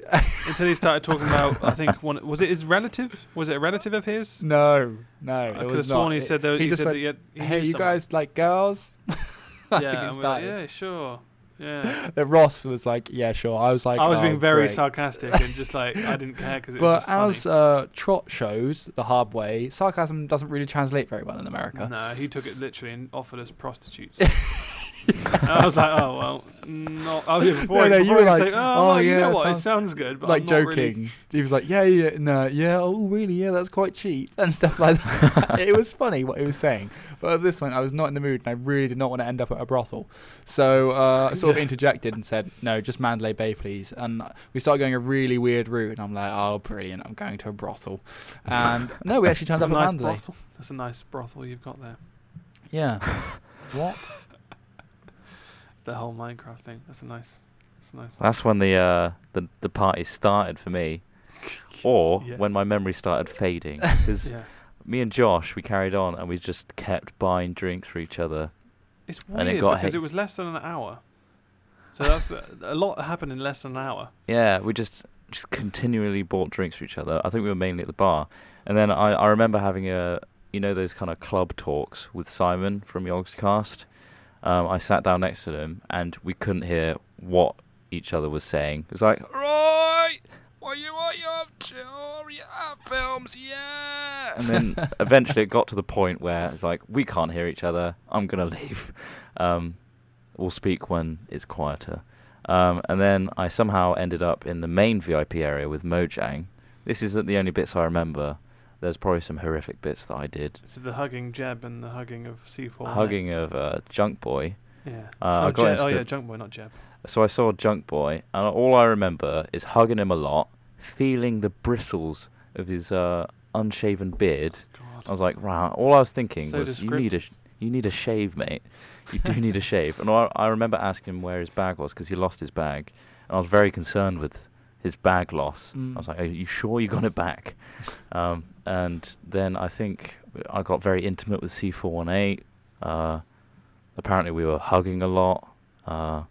until he started talking about. I think one was it his relative? Was it a relative of his? no, no, I it could have was not. sworn he It- said that. he He, just said went, that he had, he "Hey, knew you someone." guys like girls?" I yeah, think and it we were like, started. yeah, sure. Yeah. That Ross was like, "Yeah, sure." I was like, I was "Oh, being very great." sarcastic and just like I didn't care because it was But just as funny. uh, Trot shows the hard way, sarcasm doesn't really translate very well in America. No, he took it literally and offered us prostitutes. And I was like, oh well, not. I was before No, no, you before were you like, say, oh, "Oh, well, you yeah, know what? sounds- it sounds good, but like I'm joking, not really- he was like, "Yeah, yeah, no, yeah, oh, really? Yeah, that's quite cheap and stuff like that." it was funny what he was saying, but at this point, I was not in the mood, and I really did not want to end up at a brothel. So uh, I sort of Yeah. interjected and said, "No, just Mandalay Bay, please." And we started going a really weird route, and I'm like, "Oh, brilliant! I'm going to a brothel." And no, we actually turned That's up a at nice Mandalay. brothel. That's a nice brothel you've got there. Yeah. what? The whole Minecraft thing. That's a nice. That's a nice. That's when the uh, the the party started for me, or Yeah. when my memory started fading. Because yeah. me and Josh, we carried on and we just kept buying drinks for each other. It's And it weird got because hate- it was less than an hour. So that's a, a lot happened in less than an hour. Yeah, we just just continually bought drinks for each other. I think we were mainly at the bar, and then I, I remember having a you know those kind of club talks with Simon from Yogscast. Um, I sat down next to him, and we couldn't hear what each other was saying. It was like, Right! Well, you what you up to? Are you up films? Yeah! and then eventually it got to the point where it's like we can't hear each other. I'm gonna leave. Um, we'll speak when it's quieter. Um, and then I somehow ended up in the main VIP area with Mojang. This isn't the only bits I remember. There's probably some horrific bits that I did. So the hugging Jeb and the hugging of C4. wasn't it? Hugging of uh, Junk Boy. Yeah. Uh, oh, I got Jeb- into oh the- yeah, Junk Boy, not Jeb. So I saw Junk Boy, and all I remember is hugging him a lot, feeling the bristles of his uh, unshaven beard. God. I was like, wow. All I was thinking So was, you need a, descriptive. you need a shave, mate. You do need a shave. And I, I remember asking him where his bag was because he lost his bag, and I was very concerned with his bag loss. Mm. I was like, are you sure you got it back? um, and then I think I got very intimate with C418. Uh, apparently, we were hugging a lot. Uh,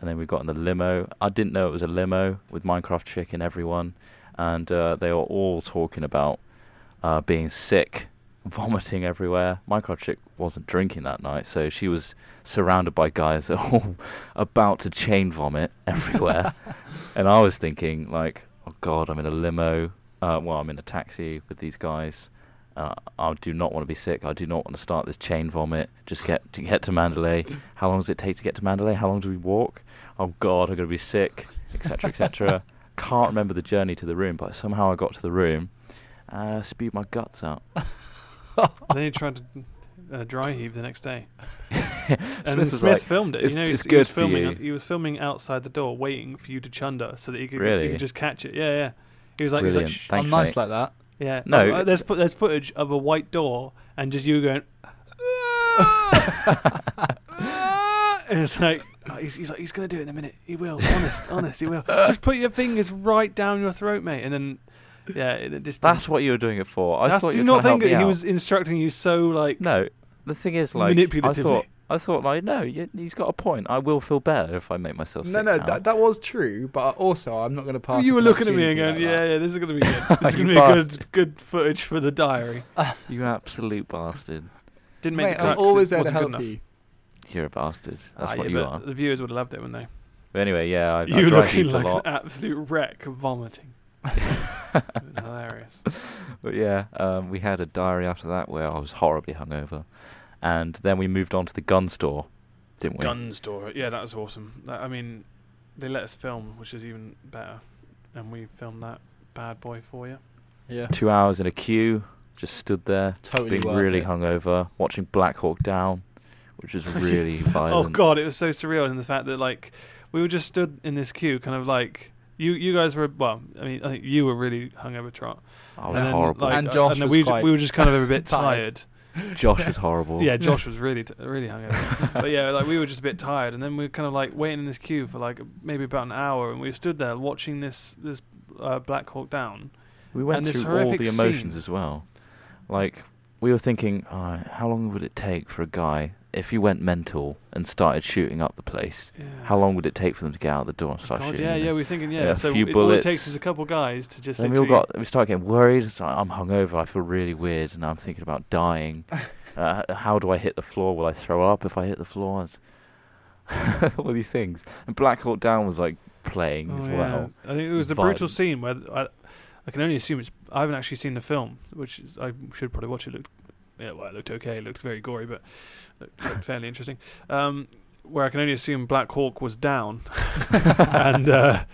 and then we got in the limo. I didn't know it was a limo with Minecraft Chick and everyone. And uh, they were all talking about uh, being sick, vomiting everywhere. Minecraft Chick wasn't drinking that night, so she was surrounded by guys that were all about to chain vomit everywhere. and I was thinking, like, oh God, I'm in a limo. Uh, well, I'm in a taxi with these guys. Uh, I do not want to be sick. I do not want to start this chain vomit. Just get to get to Mandalay. How long does it take to get to Mandalay? How long do we walk? Oh God, I'm gonna be sick, etc., etc. Can't remember the journey to uh, the room, but somehow I got to the room and I spewed my guts out. then he tried to. uh, dry heave the next day. and Smith Smith, was like, filmed it. "It's- you know, he it's was- he good was for filming. you." He was filming outside the door, waiting for you to chunder, so that he could, he Really? could just catch it. Yeah, yeah. He was like, Brilliant. He was like, Shh. Thanks, I'm nice mate. like that. yeah. No. Oh, uh, there's fo- there's footage of a white door, and just you going. "Ah!" and it's like oh, he's, he's like he's gonna do it in a minute. He will. Honest, honest, he will. Just put your fingers right down your throat, mate, and then yeah, it, it just That's what you were doing it for. I That's- thought do you you were not trying think to that help me he out. was instructing you so like No, the thing is, like, I Manipulatively. thought, I thought, like, no, you, he's got a point. I will feel better if I make myself. No, sit no, down. that, that was true, but also I'm not going to pass. "Oh, you up were an looking at me and going, opportunity yeah, like yeah, this is gonna be good. This is You gonna be a bastard. good good footage for the diary. you absolute bastard. Didn't that. make the Mate, cut. I'm 'cause always it there to wasn't good help enough. you. You're a bastard. That's Ah, yeah, what you but are. The viewers would have loved it, wouldn't they? But anyway, yeah, I, I you were drive looking heaved like a an lot. absolute wreck, vomiting. Hilarious. But yeah, um, we had a diary after that where I was horribly hungover, and then we moved on to the gun store, didn't we? Gun store. Yeah, that was awesome. That- I mean, they let us film, which is even better, and we filmed that bad boy for you. Yeah, Two hours in a queue, just stood there, totally being worth really it. hungover, watching Black Hawk Down, which is really violent. Oh god, it was so surreal in the fact that like we were just stood in this queue, kind of like you you guys were well. I mean, I think you were really hungover, Trot. I was and then, horrible. Like, And uh, Josh and then was we, ju- quite we were just kind of a bit tired. tired. Josh was horrible. Yeah, Josh was really t- really hungover. but yeah, like we were just a bit tired, and then we were kind of like waiting in this queue for like maybe about an hour, and we stood there watching this this uh, Black Hawk Down. We And went this through all horrific the emotions scene. as well. Like we were thinking, oh, how long would it take for a guy if he went mental and started shooting up the place? Yeah. How long would it take for them to get out of the door and start Oh, God, shooting? yeah, this? yeah, we were thinking, yeah. Yeah, a so few it, all it bullets. takes is a couple guys to just. Then we all literally- got we started getting worried. It's like, I'm hungover. I feel really weird, and I'm thinking about dying. uh, h- how do I hit the floor? Will I throw up if I hit the floor? It's- all these things. And Black Hawk Down was like playing Oh, as yeah. well. I think it was a brutal Violent. scene where th- I, I can only assume it's. I haven't actually seen the film, which is, I should probably watch. It looked, yeah, well, it looked okay. It looked very gory, but looked, looked fairly interesting. Um, where I can only assume Black Hawk was down, and uh,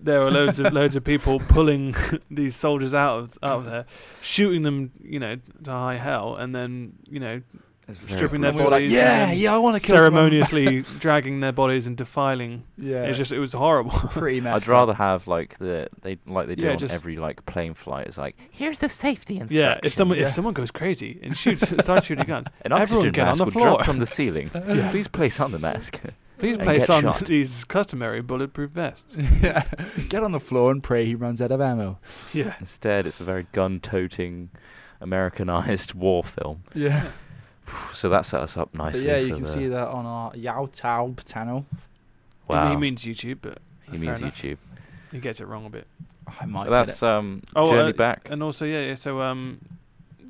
there were loads of loads of people pulling these soldiers out of out of there, shooting them, you know, to high hell, and then you know, It's very stripping their We were brutal. like, bodies, yeah, and yeah, I want to kill someone." um, ceremoniously dragging their bodies and defiling. Yeah, It's just it was horrible. pretty I'd messed rather have like the they like they do Yeah, on just- every like plane flight. It's like Here's the safety instructions. Yeah, if someone Yeah. if someone goes crazy and shoots starts shooting guns, an Everyone oxygen get on mask the will floor. drop from the ceiling. Yeah. Please place on the mask. please And place get on shot. these customary bulletproof vests. up. yeah, get on the floor and pray he runs out of ammo. Yeah, Instead, it's a very gun-toting, Americanized war film. Yeah, So that set us up but nicely. yeah, you for can the, see that on our Yao Taub channel. Wow, he means YouTube, but he that's means fair enough. YouTube. He gets it wrong a bit. I might. But get that's um, Oh, journey uh, back. And also, yeah, yeah so um,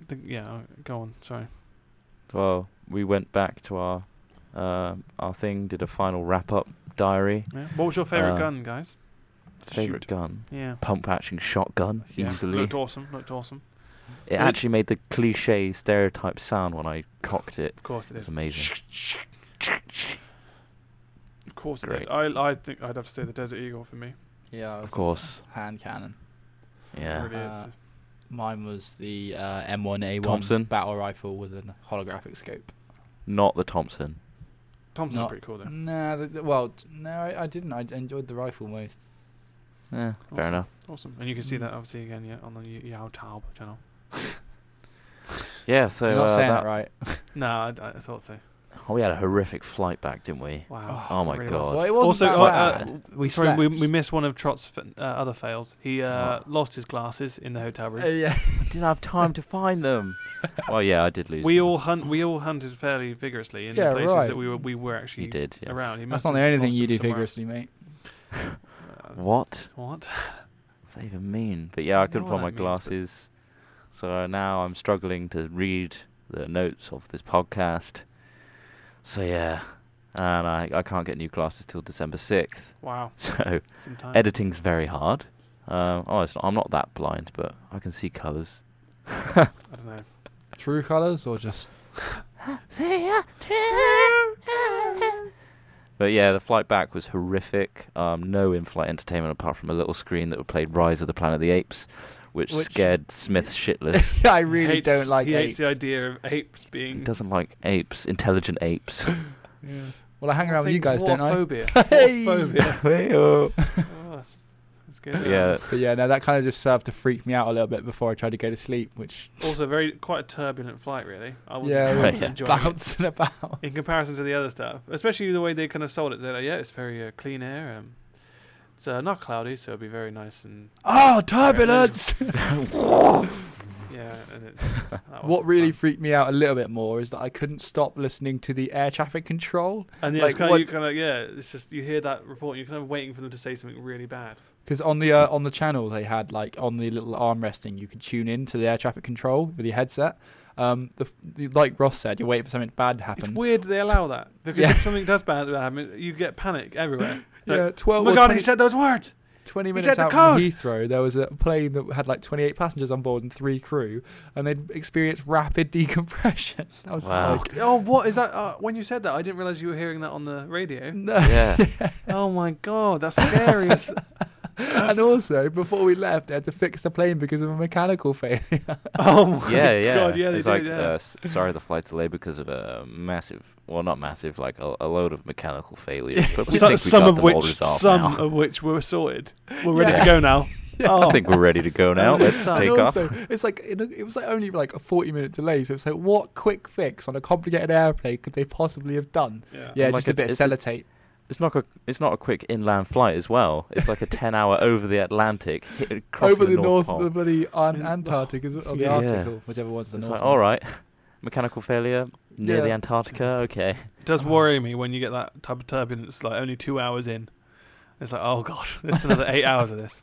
the, yeah, uh, go on. Sorry. Well, we went back to our um our thing, did a final wrap-up diary. Yeah. What was your favorite Uh, gun, guys? Favorite gun. Yeah. Pump action shotgun, Yeah. easily. Looked awesome. Looked awesome. it it- actually made the cliche stereotype sound when I cocked it. Of course it It's is. amazing. Of course it Great. is. I I think I'd have to say the Desert Eagle for me. it. Yeah, I was Of course. hand cannon. It Yeah. really is. Uh, Mine was the uh, M1A1 Thompson. battle rifle with a holographic scope. Not the Thompson. Thompson's not- pretty cool though. No, the, the, well, t- no, I, I didn't. I d- enjoyed the rifle most. Yeah, Awesome. fair enough. Awesome. And you can see Mm. that obviously again, yeah, on the Y- Yao Taub channel. Yeah, so You're not uh, saying that- it right. No, I, I thought so. oh, we had a horrific flight back, didn't we? Wow. Oh, my really god. Well, it wasn't Also, that uh, bad. we Sorry, we, slept. we missed one of Trot's f- uh, other fails. He uh, lost his glasses in the hotel Oh, room. yeah. I didn't have time to find them. well, yeah, I did lose. we them. all hunt. We all hunted fairly vigorously in Yeah, the places right. that we were. We were actually You did. Yeah. around. He That's must not the have only thing lost you them do somewhere else. vigorously, mate. Uh, What? What? What does that even mean? But yeah, I couldn't know what find my that means, but- glasses, so uh, now I'm struggling to read the notes of this podcast. So yeah, and I I can't get new glasses till December sixth. Wow. So Sometimes. editing's very hard. Um, oh, it's not, I'm not that blind, but I can see colours. I don't know. True colours or just But yeah, the flight back was horrific. Um, no in-flight entertainment apart from a little screen that would play Rise of the Planet of the Apes, which, Which- scared Smith shitless. I He really hates- don't like He apes. hates the idea of apes being. he doesn't like apes, intelligent apes. Well, I hang around with you guys, Things- don't I? Phobia. Hey! Phobia. yeah. Oh, that's, that's good. But yeah, no, that kind of just served to freak me out a little bit before I tried to go to sleep, which Also, very quite a turbulent flight, really. I was Yeah, not yeah. enjoying it bouncing about. in comparison to the other stuff, especially the way they kind of sold it. They're like, yeah, it's very uh, clean air. Um, it's uh, not cloudy, so it'll be very nice and Oh, turbulence! turbulence! yeah. And it just, that What wasn't really fun. freaked me out a little bit more is that I couldn't stop listening to the air traffic control And yeah, it's like, kind of what- you kind of yeah. It's just you hear that report, you're kind of waiting for them to say something really bad. because on the uh, on the channel they had like on the little armrest thing you could tune in to the air traffic control with your headset. Um, the, the like Ross said, you're waiting for something bad to It's happen. weird they allow that because Yeah. if something does bad happen, you get panic everywhere. Like, yeah, oh twelve. my or god, 20 he said those words. 20 He minutes said the out from code. Heathrow, there was a plane that had like 28 passengers on board and three crew, and they'd experienced rapid decompression. I was Wow. just like, Oh, what is that? Uh, when you said that, I didn't realize you were hearing that on the radio. no. Yeah. oh my god, that's scary. as- and also, before we left, they had to fix the plane because of a mechanical failure. oh my yeah, yeah. god, yeah, they it's do. like, yeah. uh, s- sorry, the flight's delayed because of a massive, well, not massive, like a, a load of mechanical failures. But we So- think we some got of them all which, resolved some now. of which were sorted. We're ready to Yeah. go now. Oh. I think we're ready to go now. And Let's also- take and off. also, it's like it, it was like only like a 40 minute delay, so it's like what quick fix on a complicated airplane could they possibly have done? Yeah. Yeah, And just like a bit of it's a- sellotape. It's not a it's not a quick inland flight as well. It's like a ten hour over the Atlantic, hit, crossing Over the, north, Pole. of the bloody mean, An- oh, Antarctic, is it? Or the yeah. Arctic, Yeah. or whichever one's the It's north. like one. all right, mechanical failure near Yeah. the Antarctica. Okay, It does Oh. worry me when you get that type of turbulence, like only two hours in. It's like, oh god, it's another eight hours of this.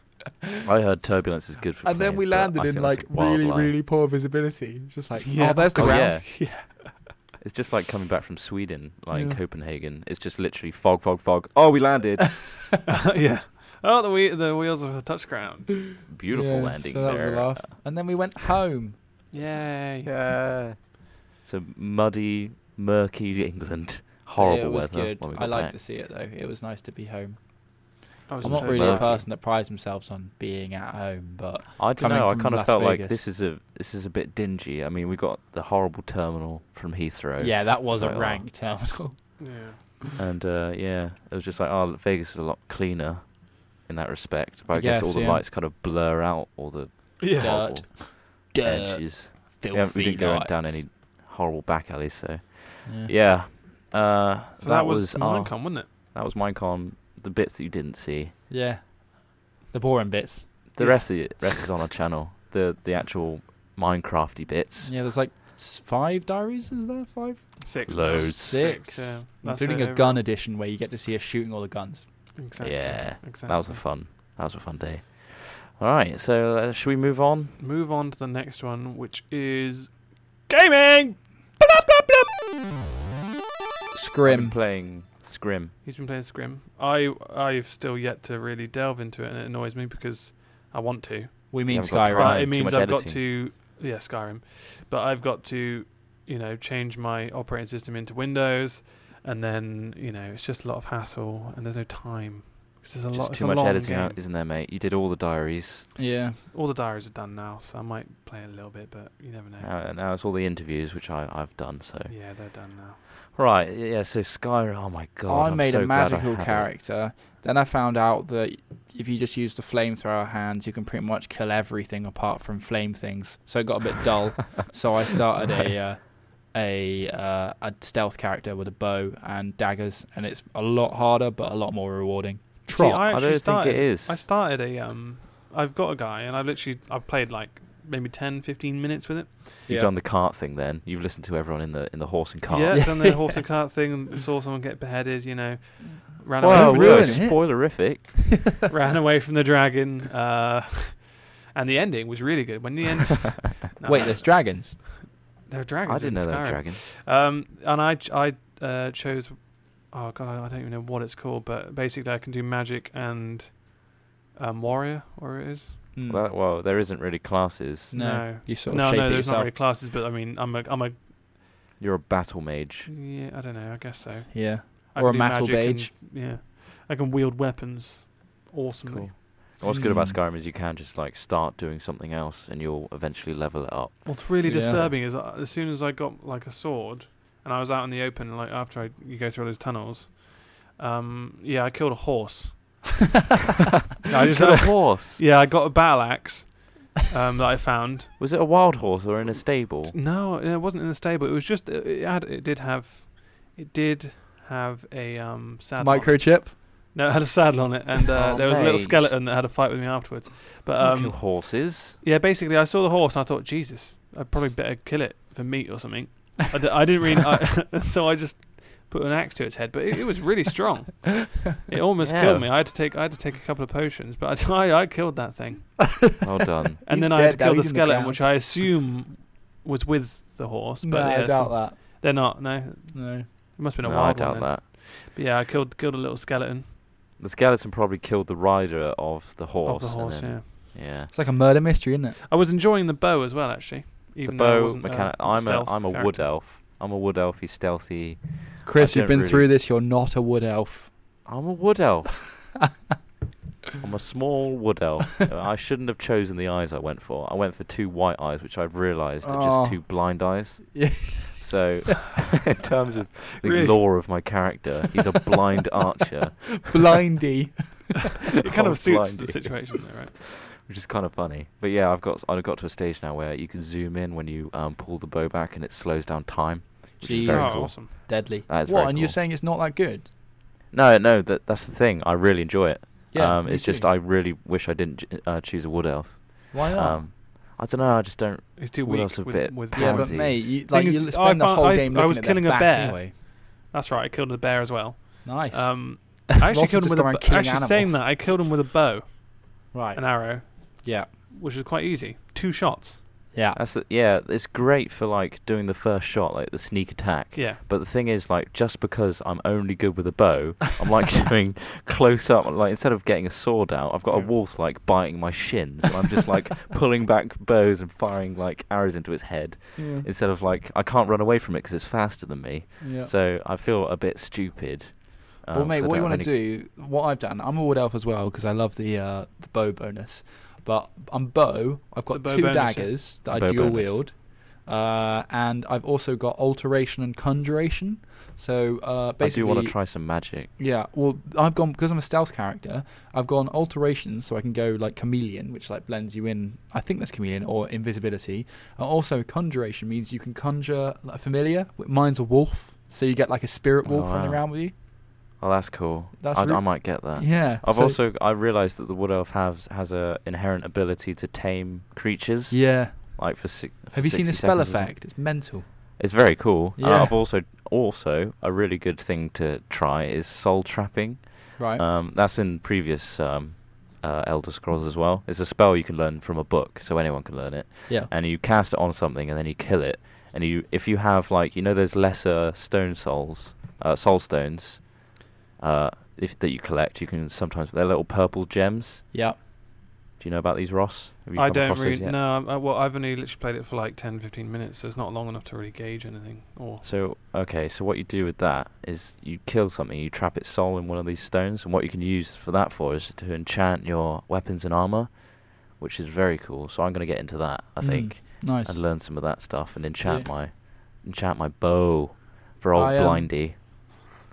I heard turbulence is good for. and then planes, we but I landed think in that's like a wild really lie. really poor visibility It's just like Yeah. oh there's the Oh, ground yeah. Yeah. It's just like coming back from Sweden, like in Yeah. Copenhagen. It's just literally fog, fog, fog. Oh, we landed. yeah. Oh, the whe- the wheels have touched ground. Beautiful Yeah, landing so that there. was a laugh and then we went home Yay. Yeah. Uh, So muddy, murky England. Horrible it was weather. good when we i got liked back. to see it though it was nice to be home I was i'm It's not so so really a lovely. glad. person that prides themselves on being at home but I don't coming know. I from kind of Las felt like Vegas. this is a this is a bit dingy. I mean, we got the horrible terminal from Heathrow. yeah that was Right, a well. rank terminal Yeah. And uh, yeah, it was just like, oh, Vegas is a lot cleaner in that respect. But I, I guess, guess, all the yeah. lights kind of blur out all the Yeah. Dirt, horrible dirt edges. filthy Yeah, we didn't go nights. down any horrible back alleys. So yeah, yeah, uh, So that, was was our, Minecon, wasn't it? that was Minecon. The bits that you didn't see. Yeah. the boring bits The Yeah. rest of it rest is on our channel. The the actual Minecrafty bits. yeah there's like s- five diaries is there five Six. Loads. six yeah. That's including it, a gun edition where you get to see us shooting all the guns Exactly. Yeah, Exactly. That was a fun. That was a fun day. All right, so uh, should we move on? Move on to the next one, which is gaming. I've been scrim playing Scrim. He's been playing Scrim. I I've still yet to really delve into it, and it annoys me because I want to. we You mean haven't got time. skyrim But too it means much I've got editing. to yeah Skyrim, but I've got to you know change my operating system into Windows, and then you know it's just a lot of hassle, and there's no time. 'Cause There's a lot. Just it's too a much long editing, out, game. isn't there, mate? You did all the diaries. yeah All the diaries are done now, so I might play a little bit, but you never know. Now, Uh, now it's all the interviews, which I, I've done. So yeah, they're done now. right, yeah. So Skyrim. Oh my god! I I'm made so a glad I magical had it. character. Then I found out that if you just use the flamethrower hands, you can pretty much kill everything apart from flame things. So it got a bit dull. so I started a uh, a uh, a stealth character with a bow and daggers, and it's a lot harder but a lot more rewarding. See, Trot. I I actually don't started. think it is. I started a um. I've got a guy, and I've literally I've played like maybe 10, 15 minutes with it. You've Yeah. done the cart thing. Then you've listened to everyone in the in the horse and cart. Yeah, done the horse and cart thing, and saw someone get beheaded. You know, ran away. Wow, Don't we are ruin it. spoilerific. From, ran away from the dragon. Uh, and the ending was really good. When the end, no, Wait, there's dragons. there are dragons. I didn't in know Skyrim. there were dragons. Um, and I ch- I uh, chose. Oh god, I, I don't even know what it's called, but basically I can do magic and um, warrior, or it is. Hmm. Well, well, there isn't really classes. no. no. You sort of no, shape no, it there's not yourself. really classes, but I mean, I'm a, I'm a, You're a battle mage. yeah, I don't know, I guess so. Yeah. I can Or a do metal magic mage. and- yeah, I can wield weapons. Awesome. Cool. What's good about Mm. Skyrim is you can just like start doing something else, and you'll eventually level it up. What's really Yeah. disturbing is uh, as soon as I got like a sword and I was out in the open, like after I, you go through all those tunnels, um, yeah, I killed a horse. No, I just- Is it a horse. Yeah, I got a battle axe um, that I found. Was it a wild horse or in a stable? No, it wasn't in the stable. It was just it, it had it did have it did have a um, saddle. on it. Microchip. No, it had a saddle on it, and uh, Oh, there was a little mate. skeleton that had a fight with me afterwards. But Don't kill um, horses. yeah, basically, I saw the horse and I thought, Jesus, I'd probably better kill it for meat or something. I, d- I didn't really, I, so I just put an axe to its head, but it, it was really strong. It almost Yeah. killed me. I had to take I had to take a couple of potions, but I I, killed that thing, Well done. and He's then I had to dead now, kill the he's in the skeleton, ground. which I assume was with the horse. But no, yeah, I doubt so- that. they're not. No, it No. must have been a no, I wild doubt one. then. that. But yeah, I killed killed a little skeleton The skeleton probably killed the rider of the of horse. the and horse. then- Yeah, yeah. It's like a murder mystery, isn't it? I was enjoying the bow as well, actually. The Even though I bow wasn't, uh, mechanic. I'm a stealth I'm a wood character. elf. I'm a wood elf. He's stealthy. Chris, I you've don't been really- through this. You're not a wood elf. I'm a wood elf. I'm a small wood elf. Uh, I shouldn't have chosen the eyes I went for. I went for two white eyes, which I've realised are Oh. just two blind eyes. Yeah. So, in terms of the Really? lore of my character, he's a blind archer, Blindy. It kind Oh, of suits the blimey. situation, though, right? which is kind of funny. But yeah, I've got I've got to a stage now where you can zoom in when you um, pull the bow back, and it slows down time. Which is very oh, cool. awesome. Deadly. That is what? very and you're cool. saying it's not that good? No, no, that that's the thing. I really enjoy it. um, me it's just too. I really wish I didn't j- uh, choose a wood elf. Why not? Um, I don't know. I just don't. It's too What weak else a with, bit with Yeah, yeah, powers. Pansy. but mate, you, Thing like is, you I spend the found- whole I- game I looking was at killing a their back bear. anyway. That's right. I killed a bear as well. Nice. Um, I actually Ross killed has him with just a gone around bo- killing actually saying animals. that I killed him with a bow, right. an arrow, Yeah. which is quite easy. Two shots. Yeah. That's the, yeah. It's great for like doing the first shot, like the sneak attack. Yeah. But the thing is, like, just because I'm only good with a bow, I'm like doing close up. Like, instead of getting a sword out, I've got a Yeah. wolf like biting my shins, and I'm just like pulling back bows and firing like arrows into its head. Yeah. Uh, Instead of like, I can't run away from it because it's faster than me. yeah. So I feel a bit stupid. um, well, mate, what you to want to do? What I've done, I'm a wood elf as well because I love the uh, the bow bonus. But on bow, I've The got bow two bonus, yeah. daggers that The I bow dual bonus. wield, uh, and I've also got alteration and conjuration. So uh, I do basically, want to try some magic. Yeah, well, I've gone because I'm a stealth character. I've gone alteration, so I can go like chameleon, which like blends you in. I think that's chameleon or invisibility. And also, conjuration means you can conjure a familiar. Mine's a wolf, so you get like a spirit wolf Oh, running wow. around with you. Oh, that's cool. That's I, I re- might get that. Yeah, I've so- also I realised that the wood elf has has a inherent ability to tame creatures. yeah. Like for six. Have you seen the spell effect? It's mental. It's very cool. Uh, Yeah. I've also also a really good thing to try is soul trapping. Right. Um, that's in previous um, uh, Elder Scrolls as well. It's a spell you can learn from a book, so anyone can learn it. yeah. And you cast it on something, and then you kill it. And you if you have like you know those lesser stone souls, uh, soul stones, uh, if that you collect, you can sometimes they're little purple gems. Yeah. Do you know about these, Ross? Have you I come don't across those really. yet? No, I'm- I, well, I've only literally played it for like 10, 15 minutes, so it's not long enough to really gauge anything. Or So okay, so what you do with that is you kill something, you trap its soul in one of these stones, and what you can use for that for is to enchant your weapons and armor, which is very cool. So I'm gonna get into that, I Mm, think, Nice. and learn some of that stuff and enchant Yeah. my enchant my bow for old I, um, blindy.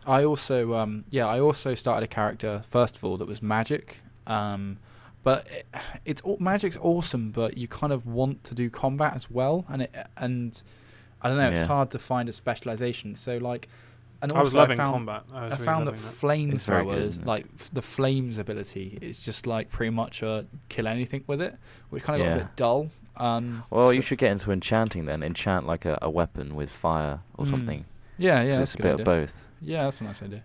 I also, um, yeah, I also started a character first of all that was magic. Um, but it, it's all, magic's awesome, but you kind of want to do combat as well, and it and I don't know, it's Yeah. hard to find a specialization. So like, and also I was loving found, combat. I, was I really found that loving It's very good, flamethrowers, isn't it? like f- the flames ability, is just like pretty much a kill anything with it, which kind of got Yeah. a bit dull. Um, Well, so- you should get into enchanting then. Enchant like a, a weapon with fire or Mm, something. yeah, 'cause yeah, that's it's a good bit idea. of both. Yeah, that's a nice idea.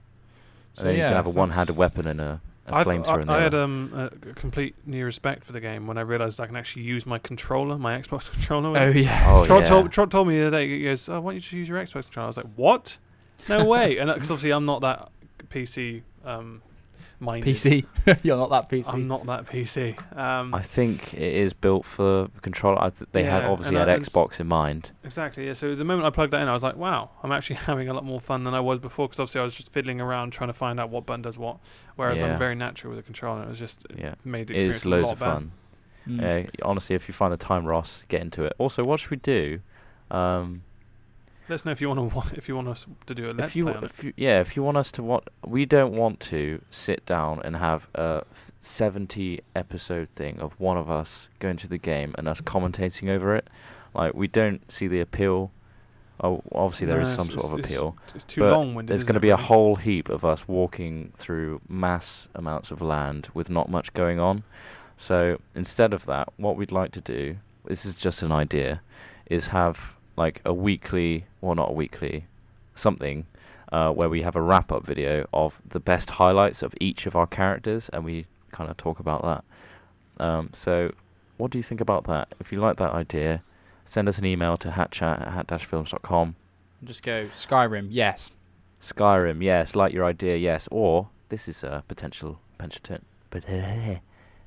So then you can have a that's- one-handed weapon and a, a I've- flamethrower. in the I, I had other. um, a g- complete new respect for the game when I realised I can actually use my controller, my Xbox controller. Oh yeah. Oh, Trot, yeah. told, Trot told me the other day, he goes, oh, why don't you just use your uh, Xbox controller? I was like, what? No way. And because obviously I'm not that PC um, minded. PC. You're not that PC. I'm not that PC. Um, I think it is built for controller. I th- they had Yeah, obviously and had I- it's- Xbox in mind. Exactly. Yeah. So the moment I plugged that in, I was like, "Wow, I'm actually having a lot more fun than I was before." Because obviously I was just fiddling around trying to find out what button does what. Whereas Yeah. I'm very natural with a controller. and It was just it Yeah, made the it experience is a loads lot of better. fun. Mm. Yeah, honestly, if you find the time, Ross, get into it. Also, what should we do? Um, Let us know if you want to if you want us to do a let's if you, play on it. if you, yeah, if you want us to what we don't want to sit down and have a f- seventy episode thing of one of us going to the game and us commentating over it. Like we don't see the appeal. Oh, obviously there No, is it's- some sort of it's- appeal. It's too but long winded. There's going to be a whole heap of us walking through mass amounts of land with not much going on. So instead of that, what we'd like to do, this is just an idea, is have like a weekly, well, not a weekly, something uh, where we have a wrap up video of the best highlights of each of our characters and we kind of talk about that. Um, so, what do you think about that? If you like that idea, send us an email to hatchat at hat-films.com. Just go Skyrim. Yes. Skyrim, yes. Like your idea, yes. Or this is a potential potential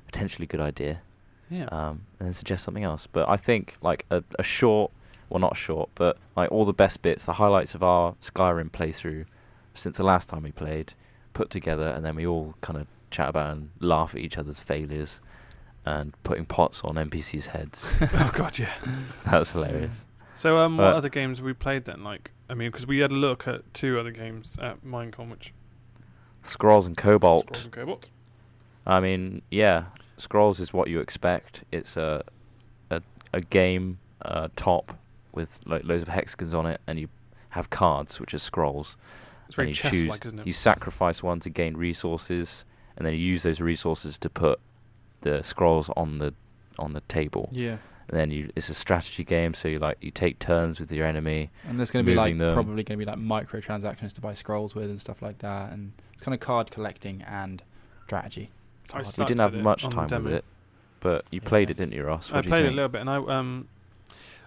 potentially good idea. Yeah. Um, and then suggest something else. But I think like a, a short, well not short, but like all the best bits, the highlights of our Skyrim playthrough since the last time we played, put together, and then we all kind of chat about and laugh at each other's failures and putting pots on NPCs' heads. oh god, yeah. that was hilarious. So um, what Uh, other games have we played then? Like, I mean, because we had a look at two other games at Minecon, which Scrolls and Cobalt. Scrolls and Cobalt. I mean, yeah, Scrolls is what you expect. It's a a, a game uh, top with like loads of hexagons on it, and you have cards which are scrolls. It's very and you chess choose, like, isn't it? You sacrifice one to gain resources, and then you use those resources to put the scrolls on the on the table. Yeah. And then you, it's a strategy game, so you like you take turns with your enemy. And there's going to be like Moving them. probably going to be like microtransactions to buy scrolls with and stuff like that, and it's kind of card collecting and strategy. I we sucked didn't have at it much on the time demo. with it, but you Yeah. played it, didn't you, Ross? I What do you played it a think? little bit, and I um,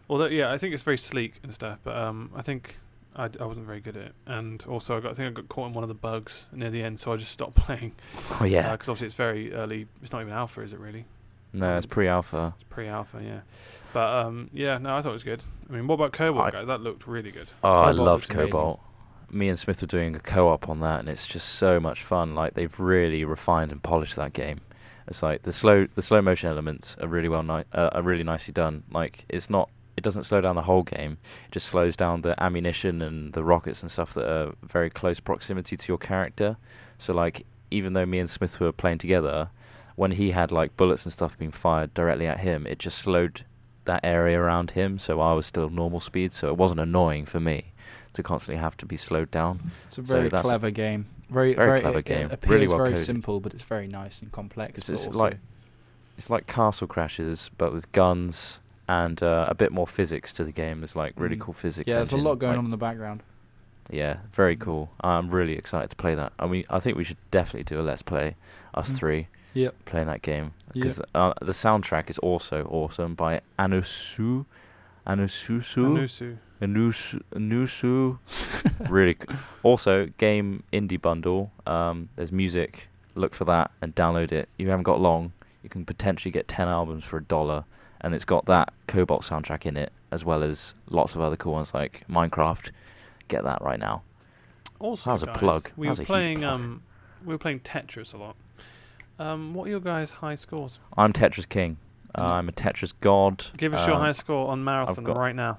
although yeah, I think it's very sleek and stuff, but um, I think I, d- I wasn't very good at it, and also I got I think I got caught in one of the bugs near the end, so I just stopped playing. Oh yeah, because obviously it's very early. It's not even alpha, is it really? no, um, it's pre-alpha. It's pre-alpha, yeah. But um, yeah, no, I thought it was good. I mean, what about Cobalt, I- guys? That looked really good. Oh, I Cobalt loved looks amazing. Cobalt. Me and Smith were doing a co-op on that, and it's just so much fun. Like they've really refined and polished that game. It's like the slow the slow motion elements are really well ni- uh, are really nicely done. Like it's not it doesn't slow down the whole game. It just slows down the ammunition and the rockets and stuff that are very close proximity to your character. So like even though me and Smith were playing together, when he had like bullets and stuff being fired directly at him, it just slowed that area around him. So I was still normal speed, so it wasn't annoying for me to constantly have to be slowed down. It's a So very that's- clever game. Very, Very very, clever it, game. It Really appears well very coded. simple, but it's very nice and complex. It's, but it's also- like it's like Castle Crashes, but with guns and uh, a bit more physics to the game. There's like really Mm. cool physics. yeah, there's a engine, lot going like- on in the background. Yeah, very Mm. cool. I'm really excited to play that. I mean, I think we should definitely do a let's play, us Mm. three. Yep. Playing that game Yep. because uh, the soundtrack is also awesome by Anusu, Anususu, Anusu. Anusu, Anusu. really. c- Also, game indie bundle. Um, there's music. Look for that and download it. You haven't got long. You can potentially get ten albums for a dollar, and it's got that Cobalt soundtrack in it, as well as lots of other cool ones like Minecraft. Get that right now. Also, That was a guys, plug. We That were was a huge playing plug. um, we were playing Tetris a lot. Um, what are your guys' high scores? I'm Tetris King. I'm a Tetris god. Give us your Um, high score on marathon got- right now,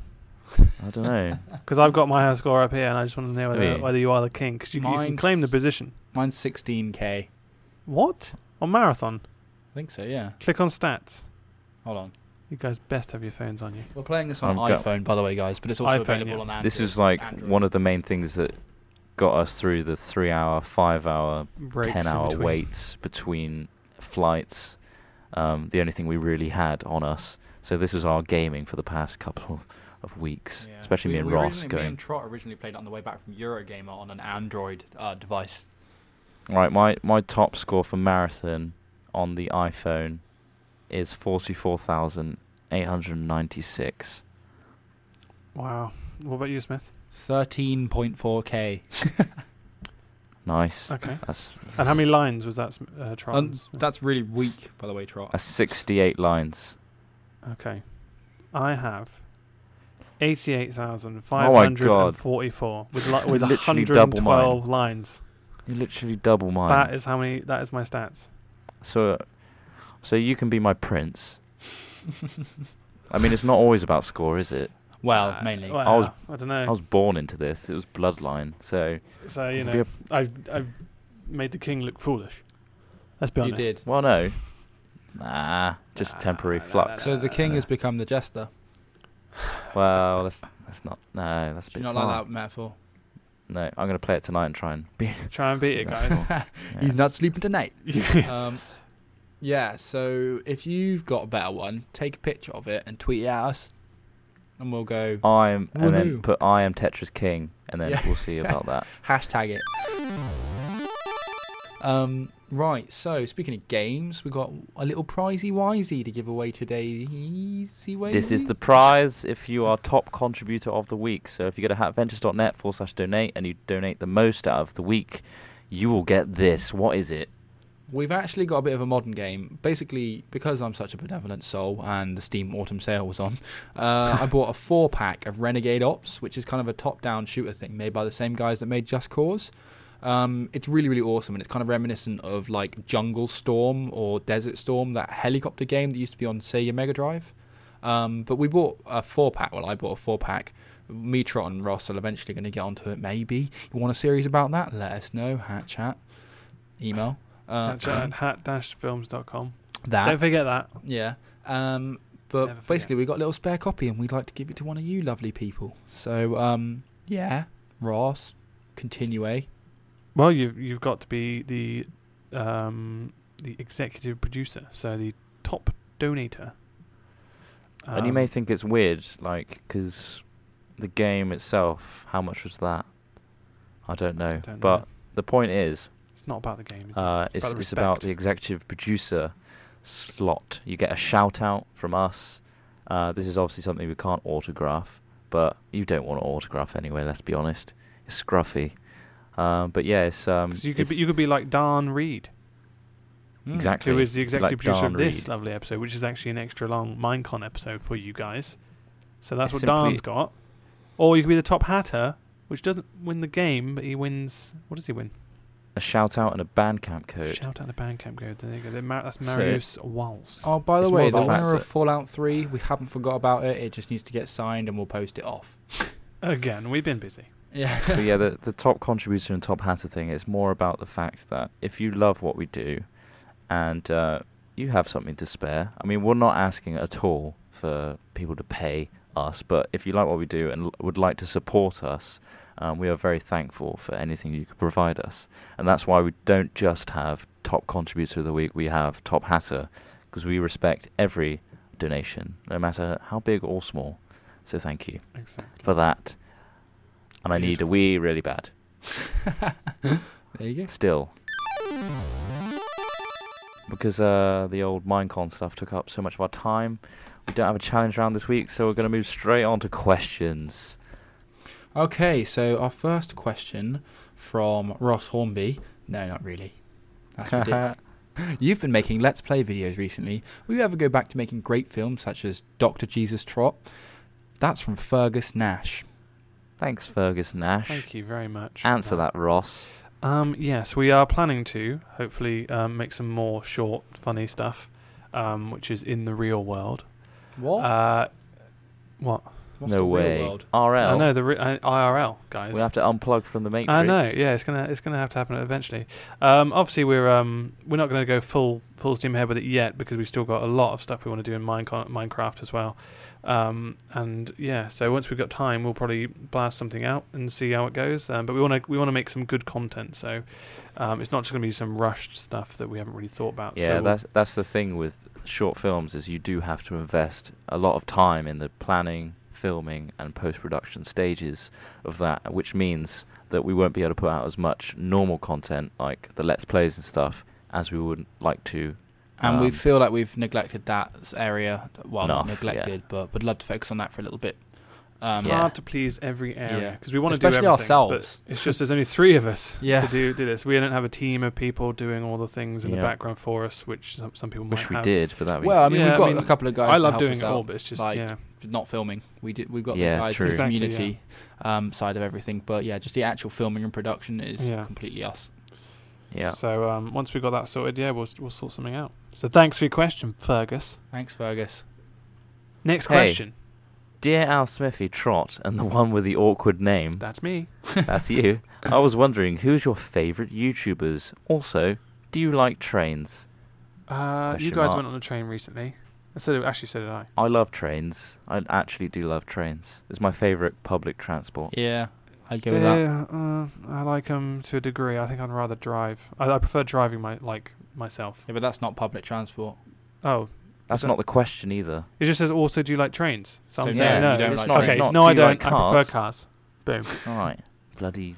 I don't know. because I've got my high score up here, and I just want to know whether, Hey. whether you are the king, because you, c- you can Mine's- claim the position. Mine's 16k. I What on marathon? think so. Yeah. Click on stats. Hold on. You guys best have your phones on you. We're playing this on I've got- iPhone, by the way, guys, but it's also iPhone, available yeah. on Android. Um, this is like one of the main things that got us through the three-hour, five-hour, Breaks in ten-hour between. waits between flights. Um, the only thing we really had on us. So this is our gaming for the past couple of weeks, Yeah. especially We- me and we Ross originally- Me going. and Trot originally played it on the way back from Eurogamer on an Android uh, device. Right, my my top score for marathon on the iPhone is forty-four thousand eight hundred ninety-six. Wow. What about you, Smith? 13.4k. Nice. Okay. That's And how many lines was that uh, Tron's? That's really weak, by the way, Trot. that's 68 lines. okay. I have Oh God. 88,544 with li- with Literally double mine. 112 lines. You literally double mine. That is how many that is my stats. So, so you can be my prince. I mean, it's not always about score, is it? Well, Uh, mainly. well, I was- I don't know. I was born into this. It was bloodline. So, so you it'd know, be a- I've I've made the king look foolish. Let's be you honest. did. well, no. Nah, just a Nah, temporary nah, nah, flux. So the king has become the jester. Well, that's that's not. No, that's a Do bit you not far. like that metaphor? No, I'm gonna play it tonight and try and be. Try and beat it, guys. Yeah. He's not sleeping tonight. Yeah. um, yeah, so if you've got a better one, take a picture of it and tweet it at us, and we'll go I am, and then Woohoo. put I am Tetris King, and then Yeah. we'll see about that. hashtag it. Um, right, so speaking of games, we've got a little prizey wisey to give away today. Easy way. This is the prize if you are top contributor of the week. So if you go to hatventures.net forward slash donate and you donate the most out of the week, you will get this. What is it? We've actually got a bit of a modern game. Basically, because I'm such a benevolent soul and the Steam Autumn sale was on, uh, I bought a four pack of Renegade Ops, which is kind of a top down shooter thing made by the same guys that made Just Cause. Um, it's really, really awesome, and it's kind of reminiscent of like Jungle Storm or Desert Storm, that helicopter game that used to be on Sega Mega Drive. Um, but we bought a four pack. Well, I bought a four pack. Me, Trot, and Ross are eventually going to get onto it. Maybe you want a series about that? Let us know. Hat chat, email. Uh, Ah. Hat-films.com. Don't that forget that. yeah um Never but forget. basically we got a little spare copy and we'd like to give it to one of you lovely people so um yeah ross continue eh? Well, you you've got to be the um, the executive producer, so the top donator. and you Um, may think it's weird, like, because the game itself, how much was that? I don't know. Don't know. but the point is, it's not about the game. Is uh, it? it's, about the it's about respect. the executive producer slot. You get a shout out from us. Uh, this is obviously something we can't autograph, but you don't want to autograph anyway. Let's be honest, it's scruffy. Um, but yeah, it's um, 'Cause you could it's- be, you could be like Dan Reed, Mm. exactly who is the executive like producer Dan of this Reed. lovely episode, which is actually an extra long Minecon episode for you guys. So that's It's what simply- Dan's got. Or you could be the top hatter, which doesn't win the game, but he wins. What does he win? a shout out and a Bandcamp code. Shout out to Bandcamp code. There you go. They're Mar- that's So- Marius Waltz. oh by the It's way more the about winner that- of fallout 3 we haven't forgot about it it just needs to get signed and we'll post it off Again, we've been busy. yeah but yeah, the the top contributor and top hatter thing is more about the fact that if you love what we do, and uh, you have something to spare. I mean, we're not asking at all for people to pay us, but if you like what we do and l- would like to support us, um, we are very thankful for anything you could provide us, and that's why we don't just have top contributor of the week. We have top hatter because we respect every donation, no matter how big or small. So thank you Exactly. for that. And I need a wee really bad. there you go Still. Because uh, the old Minecon stuff took up so much of our time. We don't have a challenge round this week, so we're going to move straight on to questions. okay so our first question from ross hornby no not really that's ridiculous You've been making Let's Play videos recently. Will you ever go back to making great films such as Dr. Jesus Trot? That's from Fergus Nash. Thanks, Fergus Nash. Thank you very much. for Answer that, Ross. Um, yes, we are planning to hopefully um, make some more short, funny stuff, um, which is in the real world. Oh. What? Uh, what? What's no the way. Real world? I RL. know the re- uh, IRL guys. We'll have to unplug from the Matrix. I know. Yeah, it's gonna it's gonna have to happen eventually. Um, obviously, we're um, we're not gonna go full full steam ahead with it yet because we've still got a lot of stuff we want to do in Minecon- Minecraft as well. Um, and yeah, so once we've got time, we'll probably blast something out and see how it goes. Um, but we want to we want to make some good content, so um, it's not just gonna be some rushed stuff that we haven't really thought about. Yeah, so we'll- that's that's the thing with short films is you do have to invest a lot of time in the planning, filming, and post-production stages of that, which means that we won't be able to put out as much normal content like the let's plays and stuff as we would like to. And we Um, feel like we've neglected that area. Well, not enough, yeah. neglected, but would love to focus on that for a little bit. Um, It's Yeah. hard to please every area Yeah. because we want to do Especially everything. ourselves. But it's just there's only three of us Yeah. to do do this. We don't have a team of people doing all the things in Yeah. the background for us, which some, some people Wish might we have. did, but that we Well, I mean, Yeah, I we've got mean, a couple of guys. I to love help doing us it out, all, but it's just like, yeah, not filming. We did. We've got Yeah, the guys true. in the Exactly, community um, side of everything, but yeah, just the actual filming and production is Yeah. completely us. yeah. So um, once we got that sorted, yeah, we'll we'll sort something out. So thanks for your question, Fergus. Thanks, Fergus. Next Hey. question. Dear Al Smithy Trot and the one with the awkward name, That's me. that's you. I was wondering who's your favourite YouTubers? Also, do you like trains? Uh, you Question guys mark. went on a train recently. I said actually so did I. I love trains. I actually do love trains. It's my favourite public transport. Yeah, I go with that. Yeah, uh, I like them to a degree. I think I'd rather drive. I, I prefer driving my like myself. Yeah, but that's not public transport. Oh, That's that- not the question either. it just says also do you like trains? So I'm So saying no, no. you don't it's like not- trains. okay, Not no, do I you don't. like I prefer cars. Boom. All right, bloody